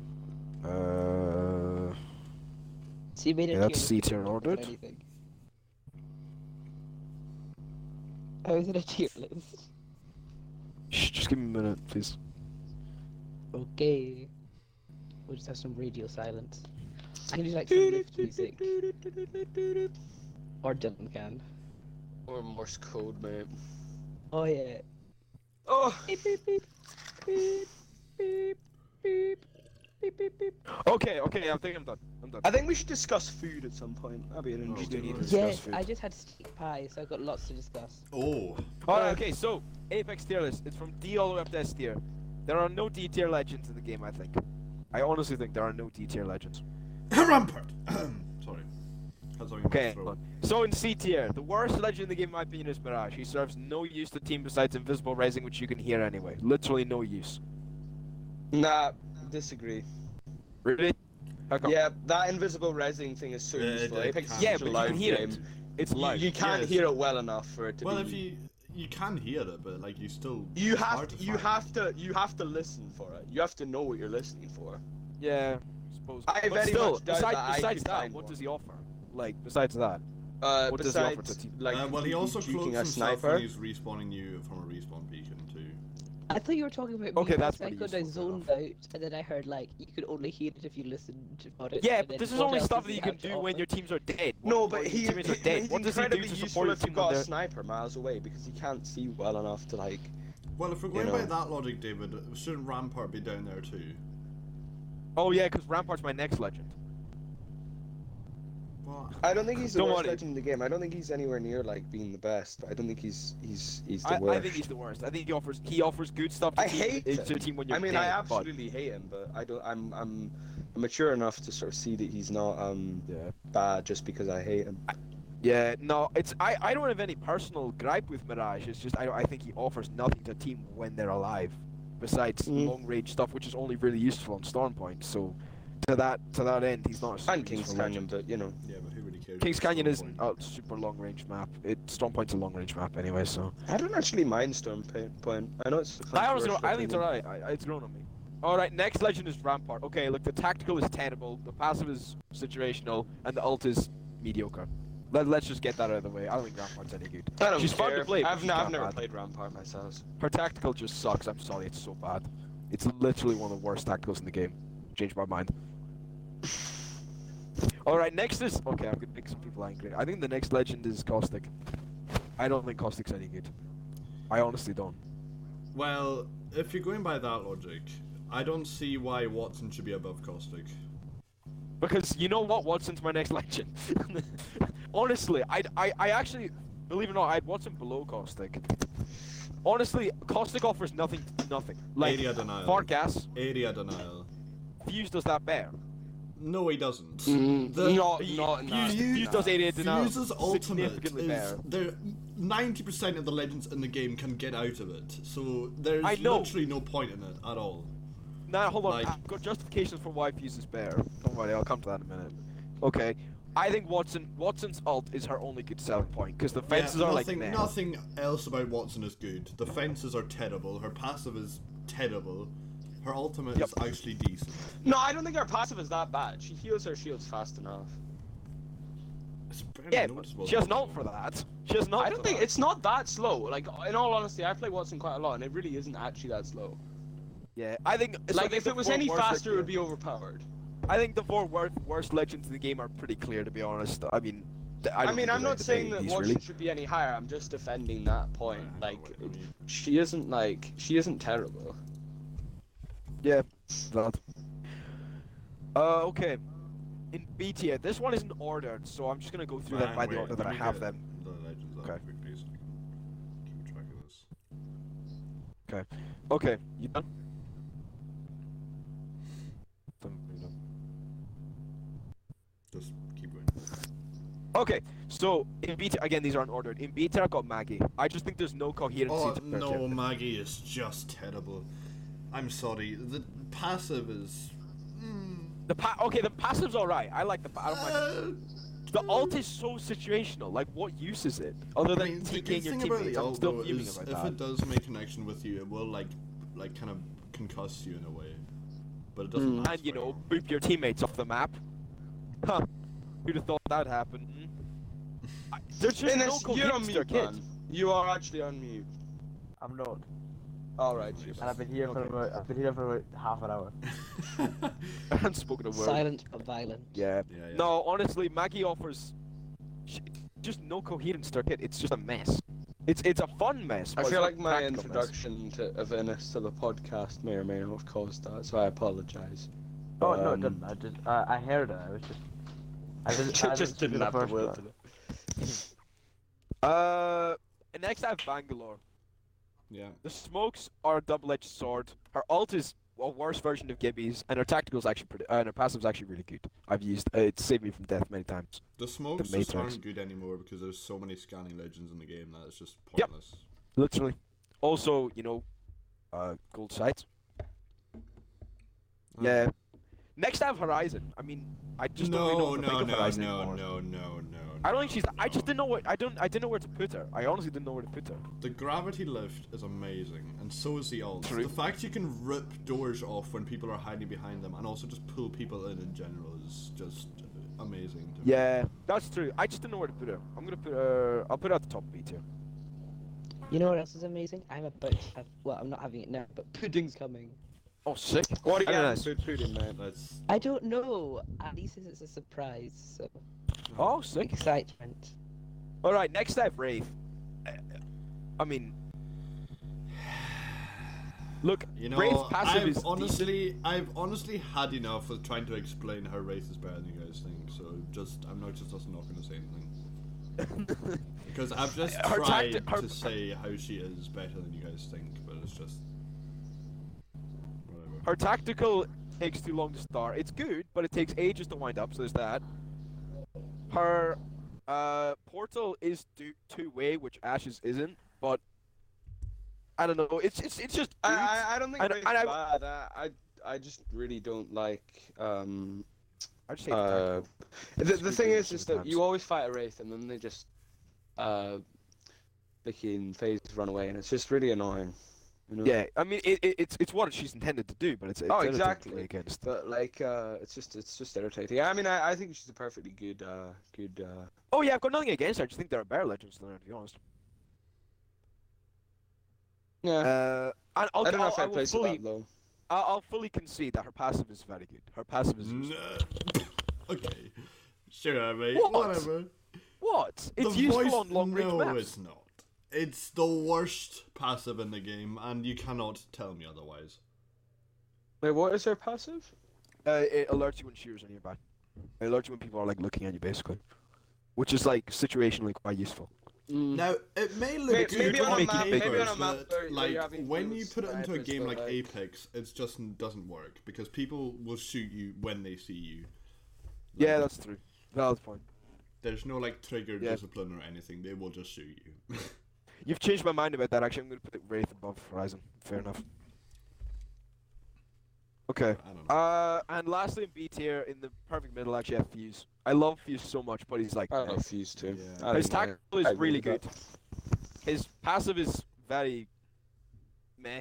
S5: Uh,
S4: So you made it.
S5: yeah, that's C tier ordered.
S4: Anything. Oh, is it a tier list?
S5: Shh, just give me a minute, please.
S4: Okay. We'll just have some radio silence. I can do like some lift music. Or Dylan can.
S1: Or Morse code, mate.
S4: Oh yeah.
S1: Oh,
S4: Beep beep beep. Beep beep beep. Beep beep beep.
S5: Okay, okay, I think I'm done. I'm done.
S1: I think we should discuss food at some point. That'd be an interesting.
S3: dear.
S1: evening.
S4: Yes,
S5: food.
S4: I just had steak pie, so I've got lots to discuss.
S3: Oh.
S5: All right, okay, so Apex tier list. It's from D all the way up to S tier. There are no D tier legends in the game. I think. I honestly think there are no D tier legends.
S3: Rampart! Sorry. That's all you
S5: Okay. So in C tier, the worst legend in the game, in my opinion, is Mirage. He serves no use to the team besides invisible rising, which you can hear anyway. Literally no use.
S1: Nah, disagree.
S5: Really? How come?
S1: Yeah, that invisible resin thing is so
S3: Yeah,
S1: useful.
S3: it- it
S1: Apex is
S3: can-
S5: Yeah,
S1: such a
S5: but you
S1: loud
S5: can hear
S1: game.
S5: it. It's
S1: You,
S5: live.
S1: you can't
S3: Yes.
S1: hear it well enough for it to be.
S3: Well, if you you can hear it, but like you still
S1: You
S3: it's
S1: have
S3: hard
S1: to,
S3: to
S1: you
S3: find.
S1: have to you have to listen for it. You have to know what you're listening for.
S5: Yeah. I suppose.
S1: I
S5: but
S1: very
S5: still,
S1: much doubt that
S5: besides,
S1: I
S5: besides
S1: could
S5: that,
S1: find
S5: what
S1: one.
S5: does he offer? Like besides that.
S1: Uh,
S5: What does he offer
S1: besides,
S5: to team?
S1: like,
S3: Uh, well, he
S1: completely
S3: also
S1: juking
S3: cloaks
S1: a
S3: himself
S1: sniper.
S3: when he's respawning you from a respawn beacon too.
S4: I thought you were talking about
S5: Okay,
S4: music,
S5: that's
S4: so I
S5: pretty
S4: could I
S5: useful, fair
S4: zoned out and then I heard like you could only hear it if you listened for it.
S5: Yeah,
S4: and
S5: but
S4: then
S5: this is
S4: what
S5: only
S4: else
S5: stuff
S4: does
S5: that
S4: he
S5: you
S4: have
S5: can
S4: to
S5: do when
S4: offer?
S5: your teams are dead.
S1: No,
S5: What-
S1: but
S5: your
S1: he,
S5: teammates are
S1: he-
S5: dead.
S1: he's
S5: What does he
S1: incredibly
S5: do to support
S1: useful
S5: your
S1: if
S5: team
S1: you've
S5: when
S1: got a
S5: they're-
S1: sniper miles away because he can't see well enough to like.
S3: Well, if we're going
S1: know.
S3: by that logic, David, shouldn't Rampart be down there too?
S5: Oh yeah, because Rampart's my next legend.
S3: Well,
S1: I don't think he's the
S5: Don't
S1: worst
S5: worry.
S1: legend in the game. I don't think he's anywhere near like being the best. But I don't think he's he's he's the
S5: I,
S1: worst.
S5: I think he's the worst. I think he offers he offers good stuff to,
S1: I
S5: team,
S1: hate
S5: uh,
S1: him.
S5: to the team when you're
S1: I mean,
S5: dead.
S1: I
S5: but-
S1: absolutely hate him, but I don't. I'm I'm mature enough to sort of see that he's not um
S5: Yeah.
S1: bad just because I hate him.
S5: Yeah, no, it's I, I don't have any personal gripe with Mirage. It's just I don't, I think he offers nothing to a team when they're alive, besides
S1: Mm.
S5: long range stuff, which is only really useful on Stormpoint. So to that to that end, he's not. A super
S1: And King's
S5: useful
S1: Canyon,
S5: legend.
S1: but you know.
S3: yeah, but who really cares?
S5: Kings
S3: at some
S5: Canyon is
S3: point?
S5: a super long range map. It Stormpoint's a long range map anyway, so
S1: I don't actually mind Stormpoint. I know it's. a
S5: I honestly don't, I
S1: controversial
S5: think it's
S1: opinion.
S5: alright. I- I- It's grown on me. All right, next legend is Rampart. Okay, look, the tactical is terrible, the passive is situational, and the ult is mediocre. Let, let's just get that out of the way. I don't think Rampart's any good.
S1: I don't
S5: She's fun to
S1: care.
S5: play, but
S1: I've,
S5: she's
S1: n- I've
S5: not
S1: never
S5: bad.
S1: played Rampart myself.
S5: Her tactical just sucks. I'm sorry, it's so bad. It's literally one of the worst tacticals in the game. Changed my mind. All right, next is okay. I'm gonna make some people angry. I think the next legend is Caustic. I don't think Caustic's any good. I honestly don't.
S3: Well, if you're going by that logic, I don't see why Watson should be above Caustic.
S5: Because you know what, Watson's my next legend. Honestly, I'd, I I actually believe it or not, I'd Watson below Caustic. Honestly, Caustic offers nothing, nothing. Like
S3: Area denial.
S5: far gas,
S3: Area denial.
S5: Fuse does that better.
S3: No, he doesn't.
S1: Mm,
S3: The-
S1: not, not, not.
S5: Fuse, Fuse does area denial
S3: Fuse's ultimate
S5: significantly
S3: is
S5: better.
S3: there. Ninety percent of the legends in the game can get out of it, so there's
S5: I know.
S3: literally no point in it at all.
S5: Now hold on,
S3: Like-
S5: I've got justifications for why Fuse is better. Don't worry, I'll come to that in a minute. Okay, I think Watson Watson's alt is her only good selling point because the
S3: Yeah,
S5: fences are like
S3: nothing,
S5: meh.
S3: nothing else about Watson is good. The fences are terrible. Her passive is terrible. Her ultimate
S5: Yep.
S3: is actually decent.
S1: No, I don't think her passive is that bad. She heals her shields fast enough.
S3: It's barely
S5: Yeah, but
S3: noticeable.
S5: she has an alt for that. She has an alt
S1: I don't
S5: for
S1: think
S5: that.
S1: it's not that slow. Like in all honesty, I play Watson quite a lot, and it really isn't actually that slow.
S5: Yeah, I think so I
S1: like
S5: think
S1: if
S5: the
S1: it was
S5: four
S1: any
S5: worst
S1: faster, it would
S5: legends-
S1: be overpowered.
S5: I think the four worst, worst legends in the game are pretty clear, to be honest. I mean, th- I,
S1: I,
S5: don't
S1: mean,
S5: think
S1: I'm
S5: there's
S1: not
S5: any
S1: saying
S5: debate
S1: that
S5: these,
S1: Watson
S5: really.
S1: should be any higher. I'm just defending that point.
S3: Yeah, I know
S1: Like,
S3: what you mean.
S1: she isn't like she isn't terrible.
S5: Yeah, that. Uh, okay. In B tier, this one isn't ordered, so I'm just gonna go through them
S3: Man,
S5: by the
S3: wait,
S5: order
S3: let
S5: that I
S3: me
S5: have
S3: get
S5: them.
S3: The legends up
S5: Okay.
S3: quickly so I can keep track of this.
S5: Okay, you done? Done, you done.
S3: Just keep going.
S5: Okay, so in B tier, again, these aren't ordered. In B tier, I got Maggie. I just think there's no coherency
S3: Oh
S5: to her
S3: no,
S5: tier.
S3: Maggie is just terrible. I'm sorry. The passive is. Mm,
S5: The pa- okay, the passive's alright. I like the pa- I don't mind the
S3: uh,
S5: The alt is so situational. Like, what use is it other
S3: I
S5: than
S3: mean, the good
S5: TKing your
S3: thing about
S5: teammates?
S3: the
S5: I'm
S3: alt
S5: still
S3: though
S5: fuming
S3: is
S5: about
S3: if
S5: that.
S3: it does make connection with you, it will like, like kind of concuss you in a way. But it doesn't. last
S5: Mm. And you
S3: very
S5: know,
S3: long.
S5: boop your teammates off the map. Huh? Who'd have thought that'd happen? hmm? I- There's just no
S1: Ines, you're on
S5: coherence to her
S1: mute,
S5: kit.
S1: man. You are actually on mute.
S7: I'm not,
S1: All right.
S7: and I've been here for
S1: Okay.
S7: about I've been here for about half an hour.
S5: I haven't spoken a word.
S4: Silent but violent.
S5: Yeah.
S3: yeah, yeah.
S5: No, honestly, Maggie offers sh- just no coherence to her kit. It's just a mess. It's it's a fun mess.
S1: I
S5: but
S1: feel like
S5: it's not a
S1: my
S5: practical mess.
S1: introduction to, of Ines to the podcast may or may not have caused that, so I apologize.
S7: Oh no, it
S1: Um,
S7: didn't. I did. Uh, I heard it. I was just. I didn't. I
S1: just didn't
S7: didn't see
S1: have the
S7: first
S1: will
S7: one.
S1: to do it.
S5: Uh, next I have Bangalore.
S3: Yeah.
S5: The smokes are a double-edged sword. Her alt is a worse version of Gibby's, and her tactical's actually pretty, uh, and her passive's actually really good. I've used uh, it saved me from death many times.
S3: The smokes
S5: Matrix.
S3: just aren't good anymore because there's so many scanning legends in the game that it's just
S5: Yep.
S3: pointless.
S5: Literally. Also, you know, uh, gold sight.
S3: Mm.
S5: Yeah. Next, I have Horizon. I mean, I just don't really know
S3: no,
S5: what to
S3: no,
S5: think of
S3: no,
S5: Horizon
S3: no,
S5: anymore.
S3: no, no, no.
S5: I don't think she's. I
S3: no.
S5: just didn't know what. I don't. I didn't know where to put her. I honestly didn't know where to put her.
S3: The gravity lift is amazing, and so is the alt.
S5: True.
S3: The fact you can rip doors off when people are hiding behind them, and also just pull people in in general, is just amazing. To me.
S5: Yeah, that's true. I just didn't know where to put her. I'm gonna put her. I'll put her at the top B tier.
S4: You know what else is amazing? I'm about to have. Well, I'm not having it now, but pudding's coming.
S5: Oh, sick.
S1: What
S5: I
S1: do you
S5: don't
S1: have?
S5: know.
S1: Food, food in there.
S3: That's
S4: I don't know. At least it's a surprise. So
S5: Oh, sick.
S4: excitement.
S5: All right, next up, Wraith. Uh, I mean, look,
S3: you know.
S5: Wraith passive
S3: I've
S5: is decent.
S3: honestly, I've honestly had enough with trying to explain how race is better than you guys think. So just, I'm not just, just not going to say anything. Because I've just
S5: Her
S3: tried
S5: tacti- her-
S3: to say how she is better than you guys think, but it's just whatever.
S5: Her tactical takes too long to start. It's good, but it takes ages to wind up. So there's that. Her uh, portal is do- two-way, which Ashes isn't. But I don't know. It's it's it's just.
S1: I,
S5: good.
S1: I, I don't think
S5: I
S1: I,
S5: don't-
S1: it's
S5: I
S1: bad. I, I I just really don't like um
S5: I just hate the
S1: Uh,
S5: tactical.
S1: the, the
S5: Screw
S1: thing
S5: them
S1: is, is that
S5: sometimes.
S1: you always fight a wraith and then they just uh, fucking phase run away, and it's just really annoying. You know?
S5: Yeah, I mean, it, it, it's it's what she's intended to do, but it's, it's
S1: Oh,
S5: irritating to
S1: exactly.
S5: play against.
S1: But like, uh, it's just it's just irritating. I mean, I, I think she's a perfectly good uh, good. Uh...
S5: Oh yeah, I've got nothing against her. I just think there are better legends than her, to be honest.
S1: Yeah.
S5: Uh, and I'll,
S1: I don't know
S5: I'll,
S1: if I
S5: will
S1: place it
S5: fully,
S1: that low.
S5: I'll, I'll fully concede that her passive is very good. Her passive is.
S3: No. okay. Sure, mate.
S5: What?
S3: Whatever.
S5: What? It's
S3: the
S5: useful
S3: voice,
S5: on long range
S3: no,
S5: maps.
S3: it's not. It's the worst passive in the game, and you cannot tell me otherwise.
S1: Wait, what is their passive?
S5: Uh, it alerts you when shooters are nearby. It alerts you when people are like looking at you, basically, which is like situationally quite useful. Hmm.
S3: Now, it may look
S1: Maybe-
S3: good
S1: maybe
S5: on a
S3: on
S5: map-
S3: paper,
S5: maybe
S1: on a map
S3: but,
S1: where- where you're
S3: like
S1: having
S3: when
S1: few
S3: you put it into a
S1: snipers,
S3: game
S1: but,
S3: like
S1: like-
S3: Apex, it just n- doesn't work because people will shoot you when they see you. Mm-hmm.
S5: Yeah, that's true. Valid point.
S3: There's no like trigger
S5: Yeah.
S3: discipline or anything. They will just shoot you.
S5: You've changed my mind about that. Actually, I'm gonna put it Wraith above Horizon. Fair enough. Okay.
S3: I don't know.
S5: Uh, and lastly, in B tier, in the perfect middle, actually, I have Fuse. I love Fuse so much, but he's like,
S1: I
S5: eh.
S1: don't know, Fuse too.
S3: Yeah.
S1: I don't
S5: his
S1: know. I
S5: tactical is
S1: agree
S5: really
S1: with
S5: good.
S1: that.
S5: His passive is very meh,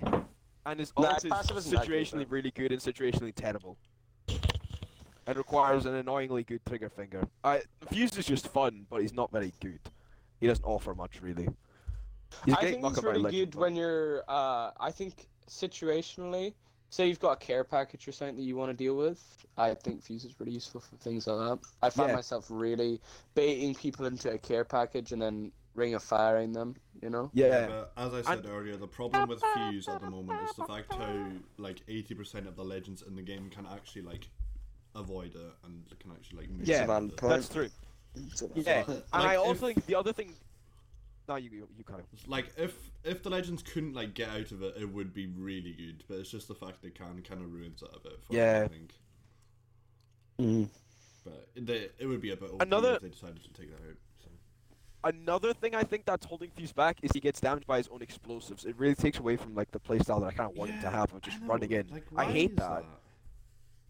S5: and his
S1: Nah,
S5: ult
S1: his
S5: is
S1: passive isn't that good,
S5: situationally
S1: though.
S5: really good and situationally terrible. And requires an annoyingly good trigger finger. I Fuse is just fun, but he's not very good. He doesn't offer much really. He's
S1: I
S5: getting
S1: think it's
S5: mucked up by
S1: really
S5: Legend,
S1: good
S5: but-
S1: when you're. Uh, I think situationally, say you've got a care package or something that you want to deal with. I think Fuse is really useful for things like that. I find
S5: Yeah.
S1: myself really baiting people into a care package and then ring of firing them. You know.
S5: Yeah.
S3: But as I said earlier, the problem with Fuse at the moment is the fact how like 80% of the legends in the game can actually like avoid it and can actually like move
S5: Yeah,
S3: around
S1: man,
S3: it.
S1: pro-
S5: That's true. Yeah.
S3: Like,
S5: And I
S3: if-
S5: also think the other thing No, you you, you kind of
S3: like if if the legends couldn't like get out of it, it would be really good. But it's just the fact they can kind of ruins it a bit. For me,
S5: Yeah.
S3: I think.
S5: Mm-hmm.
S1: Mhm.
S3: But they, it would be a bit OP
S5: Another-
S3: if they decided to take that out. So.
S5: another thing I think that's holding Fuse back is he gets damaged by his own explosives. It really takes away from like the playstyle that I kind of want him to
S3: Yeah,
S5: have of just
S3: I know,
S5: running in.
S3: like,
S5: I
S3: why
S5: hate
S3: is
S5: that.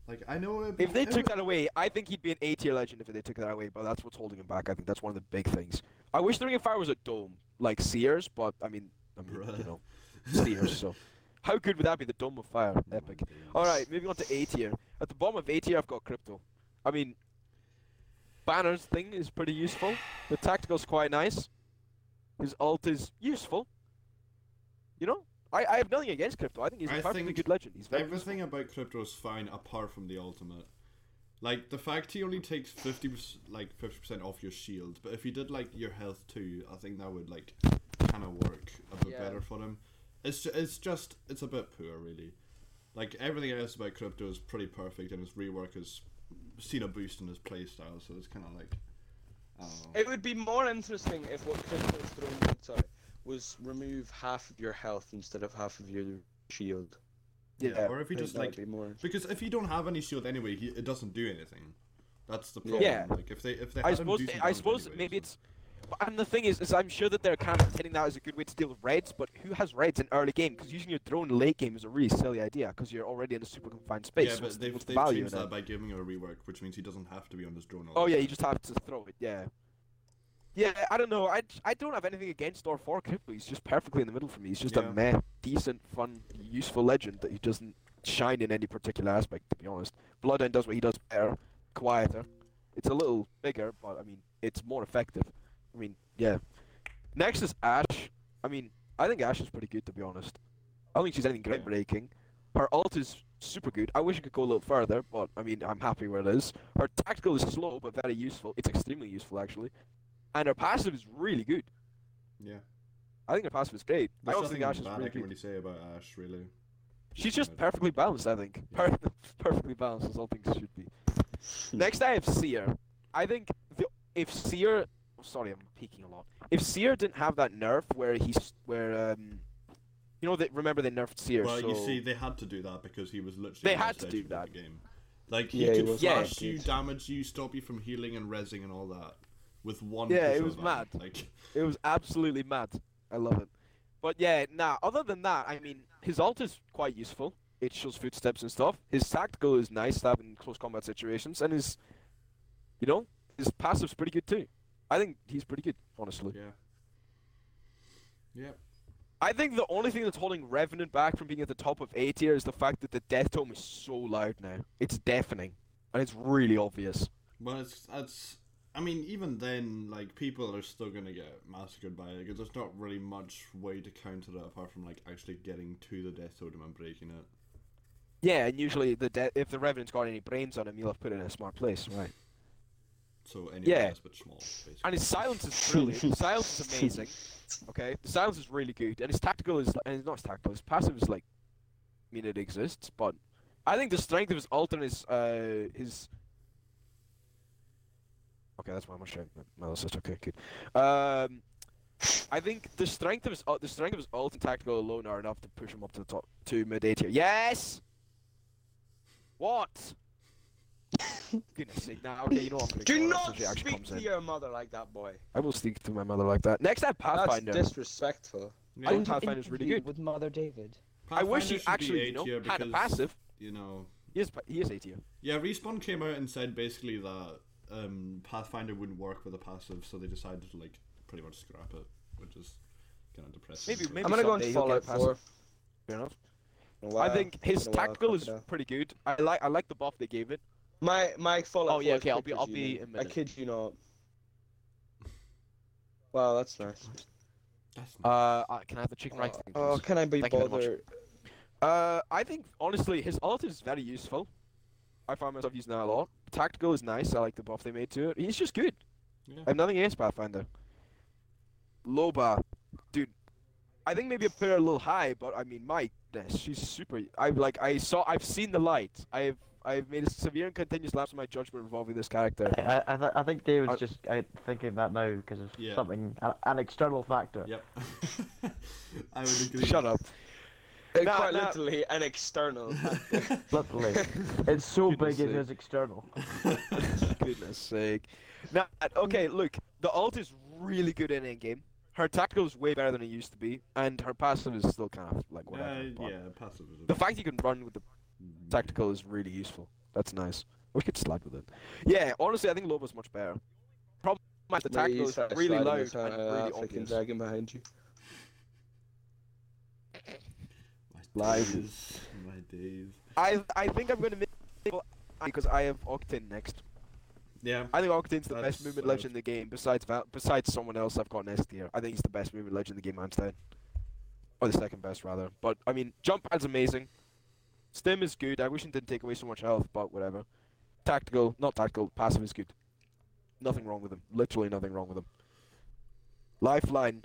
S3: Like I know it'd be-
S5: If they
S3: it
S5: took
S3: would-
S5: that away, I think he'd be an A tier legend if they took that away. But that's what's holding him back. I think that's one of the big things. I wish the Ring of Fire was a dome like Sears, but I mean, I mean you
S3: Bruh.
S5: know, Sears. So how good would that be? The Dome of Fire, epic. All right, moving on to A tier. At the bottom of A tier, I've got Crypto. I mean, Banner's thing is pretty useful. The tactical's quite nice. His ult is useful. You know, I, I have nothing against Crypto. I think he's a
S3: I
S5: perfectly
S3: think
S5: good legend. He's very
S3: Everything about crypto is fine apart from the ultimate. Like the fact he only takes fifty like fifty percent off your shield, but if he did like your health too, I think that would like kind of work a bit
S1: Yeah.
S3: better for him. It's ju- it's just it's a bit poor really. Like everything else about crypto is pretty perfect, and his rework has seen a boost in his playstyle, so it's kind of like I don't know.
S1: It would be more interesting if what Crystal Throne did sorry, was remove half of your health instead of half of your shield.
S5: yeah.
S3: Or if he
S1: I think
S3: just
S1: that
S3: like
S1: would be more.
S3: Because if you don't have any shield anyway, he, it doesn't do anything. That's the problem.
S5: Yeah.
S3: Like if they if they
S5: I
S3: had him
S5: suppose
S3: do
S5: th-
S3: some
S5: I
S3: damage
S5: suppose
S3: anyway,
S5: maybe
S3: so-
S5: it's. but- And the thing is, is I'm sure that they're kind of hitting that as a good way to deal with reds, but who has reds in early game? Because using your drone late game is a really silly idea, because you're already in a super confined space.
S3: yeah,
S5: so what's
S3: but
S5: the-
S3: they've,
S5: what's the
S3: they've
S5: value
S3: changed
S5: in it?
S3: that by giving him a rework, which means he doesn't have to be on his drone. all
S5: Oh
S3: the
S5: yeah,
S3: time.
S5: you just have to throw it. Yeah. Yeah, I don't know. I, j- I don't have anything against or for Crypto. He's just perfectly in the middle for me. He's just
S3: Yeah.
S5: a meh, decent, fun, useful legend that he doesn't shine in any particular aspect. To be honest, Bloodhound does what he does better, quieter. It's a little bigger, but I mean, it's more effective. I mean, yeah. Next is Ash. I mean, I think Ash is pretty good to be honest. I don't think she's anything
S3: Yeah.
S5: groundbreaking. Her ult is super good. I wish it could go a little further, but I mean, I'm happy where it is. Her tactical is slow but very useful. It's extremely useful actually, and her passive is really good.
S3: yeah.
S5: I think her passive is great. I
S3: There's
S5: also think
S3: nothing
S5: Ash is
S3: bad I
S5: really
S3: can
S5: good.
S3: really say about Ash, really.
S5: She's just perfectly balanced, I think.
S3: Yeah.
S5: Per- perfectly balanced, as all things should be. Next, I have Seer. I think the, if Seer, sorry, I'm peeking a lot. If Seer didn't have that nerf where he's where um, you know that remember they nerfed Seer.
S3: Well,
S5: so
S3: you see, they had to do that because he was literally.
S5: They
S3: the
S5: had
S3: best
S5: to
S3: legend
S5: do
S3: in
S5: that.
S3: The game. Like he
S1: Yeah, he
S3: could
S1: was
S5: Yeah,
S3: flash you,
S1: dude.
S3: damage you, stop you from healing and resing and all that, with one.
S5: Yeah, it
S3: push of
S5: was
S3: a
S5: mad.
S3: button, Like
S5: it was absolutely mad. I love it. But yeah, nah. Other than that, I mean, his ult is quite useful. It shows footsteps and stuff. His tactical is nice to have in close combat situations, and his, you know, his passive's pretty good too. I think he's pretty good, honestly.
S3: yeah. Yep.
S5: I think the only thing that's holding Revenant back from being at the top of A tier is the fact that the death tome is so loud now. It's deafening, and it's really obvious.
S3: Well, it's that's. I mean, even then, like people are still gonna get massacred by it because there's not really much way to counter it apart from like actually getting to the death totem and breaking it.
S5: Yeah, and usually the de- if the Revenant's got any brains on him, you'll have put it in a smart place, right?
S3: So anyway,
S5: Yeah.
S3: it's a bit small. Basically.
S5: and his silence is brilliant. His silence is amazing. Okay, the silence is really good, and his tactical is and it's not his tactical. His passive is like, I mean, it exists, but I think the strength of his alternate is uh his. Okay, that's why I'm showing my list. Okay, good. Um, I think the strength of his ult- the strength of his ult and tactical alone are enough to push him up to the top to mid A tier. Yes. What? Goodness sake! Now, okay, you know what? I'm gonna
S1: Do
S5: ignore it
S1: not
S5: until she actually
S1: speak
S5: comes
S1: to
S5: in.
S1: your mother like that, boy.
S5: I will speak to my mother like that. Next time,
S1: That's
S5: Pathfinder.
S1: disrespectful.
S3: Yeah.
S5: I
S4: Who's
S5: think Pathfinder's really
S4: interviewed
S5: good.
S4: With Mother David.
S5: I wish
S3: Pathfinder
S5: he
S3: should be
S5: actually, you
S3: A
S5: know,
S3: tier
S5: had a
S3: because,
S5: passive.
S3: You know,
S5: He is, pa- he is A tier.
S3: yeah. Respawn came out and said basically that um, Pathfinder wouldn't work with a passive, so they decided to like pretty much scrap it, which is kind of depressing.
S5: Maybe-
S3: but-
S5: maybe-
S1: I'm gonna go
S5: someday
S1: and
S5: you'll
S1: Fallout
S5: get past
S1: 4.
S5: Fair enough.
S1: Wow.
S5: I think his
S1: Been a while,
S5: tactical is
S1: crocodile.
S5: pretty good. I like I like the buff they gave it.
S1: My my Fallout.
S5: Oh, yeah,
S1: 4 is
S5: okay, I'll
S1: quick
S5: be-
S1: as
S5: I'll
S1: you
S5: be
S1: know.
S5: a
S1: I
S5: minute.
S1: kid you not. Wow, that's nice.
S3: That's not-
S5: Uh, uh, can I have the chicken rice thing?
S1: Oh,
S3: Uh,
S5: please?
S1: can I be
S5: Thank you very much.
S1: bothered?
S5: Uh, I think honestly his ult is very useful. I find myself using that a lot. Tactical is nice. I like the buff they made to it. He's just good.
S3: Yeah.
S5: I have nothing against Pathfinder. Loba, dude. I think maybe a pair a little high, but I mean, my goodness, she's super. I have like. I saw. I've seen the light. I've. I've made a severe and continuous lapse in my judgment involving this character.
S7: I, I, I, th- I think David's
S5: Uh,
S7: just uh, thinking that now because of
S3: Yeah.
S7: something, an, an external factor.
S3: Yep. I would agree.
S5: Shut up.
S1: Uh,
S5: Nah,
S1: Quite
S5: nah.
S1: literally, an external.
S7: Literally, it's so
S5: Goodness
S7: big it
S5: sake.
S7: is external.
S5: Goodness sake. Now, okay, look, the alt is really good in endgame. Her tactical is way better than it used to be, and her passive is still kind of like whatever.
S3: Uh,
S5: but
S3: yeah, passive. is a
S5: The
S3: bit-
S5: fact you can run with the tactical is really useful. That's nice. We could slide with it. Yeah, honestly, I think Lobo's much better. Problem is the tactical is really low and really obvious.
S1: uh, dragon behind you.
S3: My
S5: Live.
S3: days. My days.
S5: I I think I'm gonna miss because I have Octane next.
S3: Yeah.
S5: I think Octane's the
S3: That's-
S5: best movement
S3: uh,
S5: legend in the game. Besides Val- besides someone else, I've got an S tier. I think he's the best movement legend in the game, hands down. Or the second best, rather. But I mean, jump pad's amazing. Stim is good. I wish it didn't take away so much health, but whatever. Tactical, not tactical. Passive is good. Nothing wrong with him. Literally nothing wrong with him. Lifeline.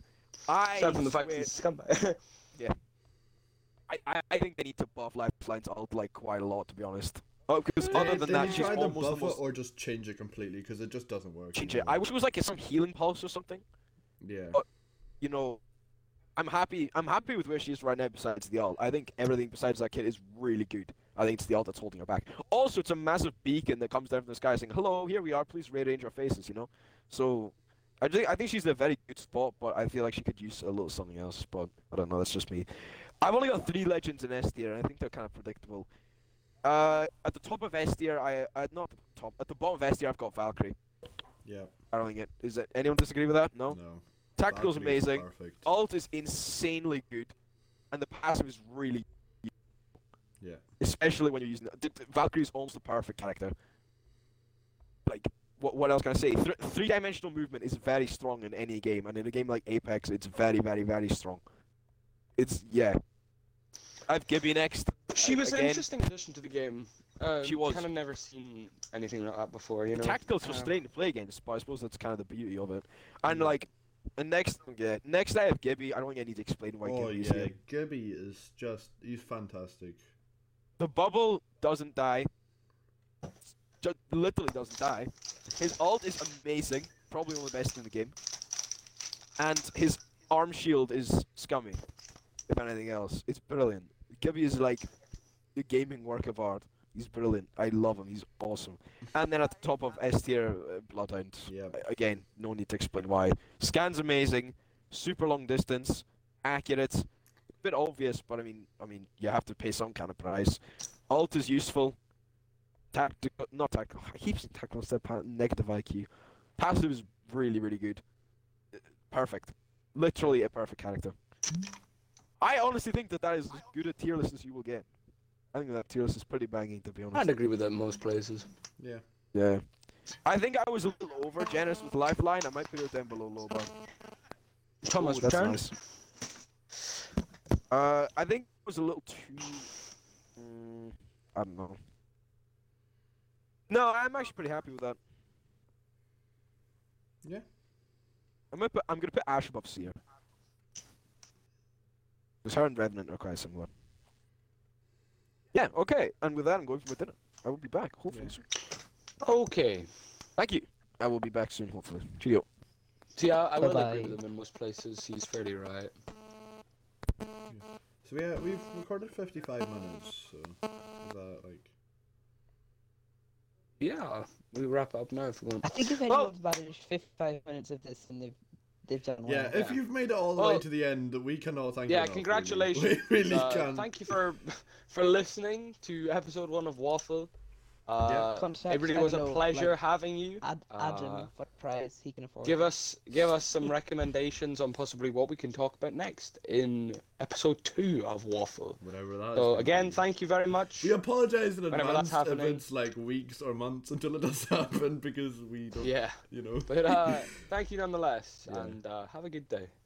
S5: I
S1: Except from the fact
S5: swear-
S1: he's a scumbag.
S5: I, I, I think they need to buff Lifeline's ult like quite a lot, to be honest. Oh, because other than that, she's
S3: either
S5: almost the
S3: buff it
S5: most.
S3: or just change it completely because it just doesn't work.
S5: Change it.
S3: anymore.
S5: I wish it was like some healing pulse or something.
S3: Yeah.
S5: uh, you know, I'm happy. I'm happy with where she is right now. Besides the alt, I think everything besides that kid is really good. I think it's the alt that's holding her back. Also, it's a massive beacon that comes down from the sky saying, "Hello, here we are. Please rearrange our faces." You know, so I think I think she's in a very good spot, but I feel like she could use a little something else. But I don't know. That's just me. I've only got three legends in S tier, and I think they're kind of predictable. Uh, at the top of S tier, I uh, not at the top at the bottom of S tier, I've got Valkyrie.
S3: yeah.
S5: I don't think it is. It anyone disagree with that? No.
S3: No.
S5: Oh, Tactical's
S3: Balcony is
S5: amazing. Oh,
S3: Perfect.
S5: Alt is insanely good, and the passive is really,
S3: Yeah.
S5: especially when you're using D- d- Valkyrie is almost the perfect character. Like, what what else can I say? Th- three dimensional movement is very strong in any game, and in a game like Apex, it's very, very, very strong. It's yeah. I have Gibby next.
S1: She was an
S5: Again-
S1: interesting addition to the game. Uh,
S5: She was.
S1: Kind of never seen anything like that before, you know.
S5: Tactical's
S1: Um,
S5: frustrating to play against, but I suppose that's kind of the beauty of it. And
S3: Yeah.
S5: like, and next, yeah, next I have Gibby. I don't think I need to explain why
S3: oh
S5: Gibby is
S3: yeah,
S5: here.
S3: Gibby is just—he's fantastic.
S5: The bubble doesn't die. Ju- literally doesn't die. His ult is amazing, probably one of the best in the game. And his arm shield is scummy, if anything else. It's brilliant. Gibby is like a gaming work of art. He's brilliant. I love him. He's awesome. And then at the top of S tier, uh, Bloodhound.
S3: Yeah.
S5: A- Again, no need to explain why. Scan's amazing, super long distance, accurate, bit obvious, but I mean, I mean, you have to pay some kind of price. Alt is useful. Tactical, not tactical. I keep saying tactical instead of pa- negative IQ. Passive is really, really good. Uh, Perfect. Literally a perfect character. I honestly think that that is as good a tier list as you will get. I think that tier list is pretty banging, to be honest.
S1: I'd agree with that in most places.
S3: Yeah.
S5: Yeah. I think I was a little over generous with Lifeline. I might put it down below Loba.
S1: Thomas
S5: Ooh, that's
S1: returned.
S5: nice. Uh, I think it was a little too. Mm, I don't know. No, I'm actually pretty happy with that.
S3: Yeah.
S5: I'm gonna put I'm gonna put Ash above Seer. Because her and Revenant are quite similar. Yeah, okay. And with that I'm going for my dinner. I will be back, hopefully soon.
S1: Okay.
S5: Thank you. I will be back soon, hopefully. Cheerio.
S1: See, I, I will
S4: Bye-bye.
S1: agree with him in most places. He's fairly right.
S3: So yeah, we've recorded 55 minutes. So is that like?
S1: Yeah, we wrap up now if we want.
S4: I think if anyone's managed 55 minutes of this, then they've they've done well.
S3: Yeah, if you've made it all the way
S1: Well-
S3: to the end, we cannot thank you.
S1: Yeah,
S3: enough, really.
S1: congratulations.
S3: We really
S1: uh,
S3: can.
S1: Thank you for for listening to episode one of Waffle. Uh,
S4: Concept,
S1: it really
S4: I
S1: was
S4: don't
S1: a
S4: know,
S1: pleasure
S4: like,
S1: having you.
S4: Ad- Adam,
S1: Uh,
S4: what price he can afford?
S1: Give us give us some recommendations on possibly what we can talk about next in episode two of Waffle.
S3: Whatever that. is
S1: So
S3: gonna
S1: again,
S3: be.
S1: thank you very much.
S3: We apologize in
S1: Whenever
S3: advance
S1: that's
S3: if
S1: happening.
S3: it's like weeks or months until it does happen because we don't.
S1: Yeah,
S3: You know.
S1: but uh, thank you nonetheless,
S3: Yeah.
S1: and uh, have a good day.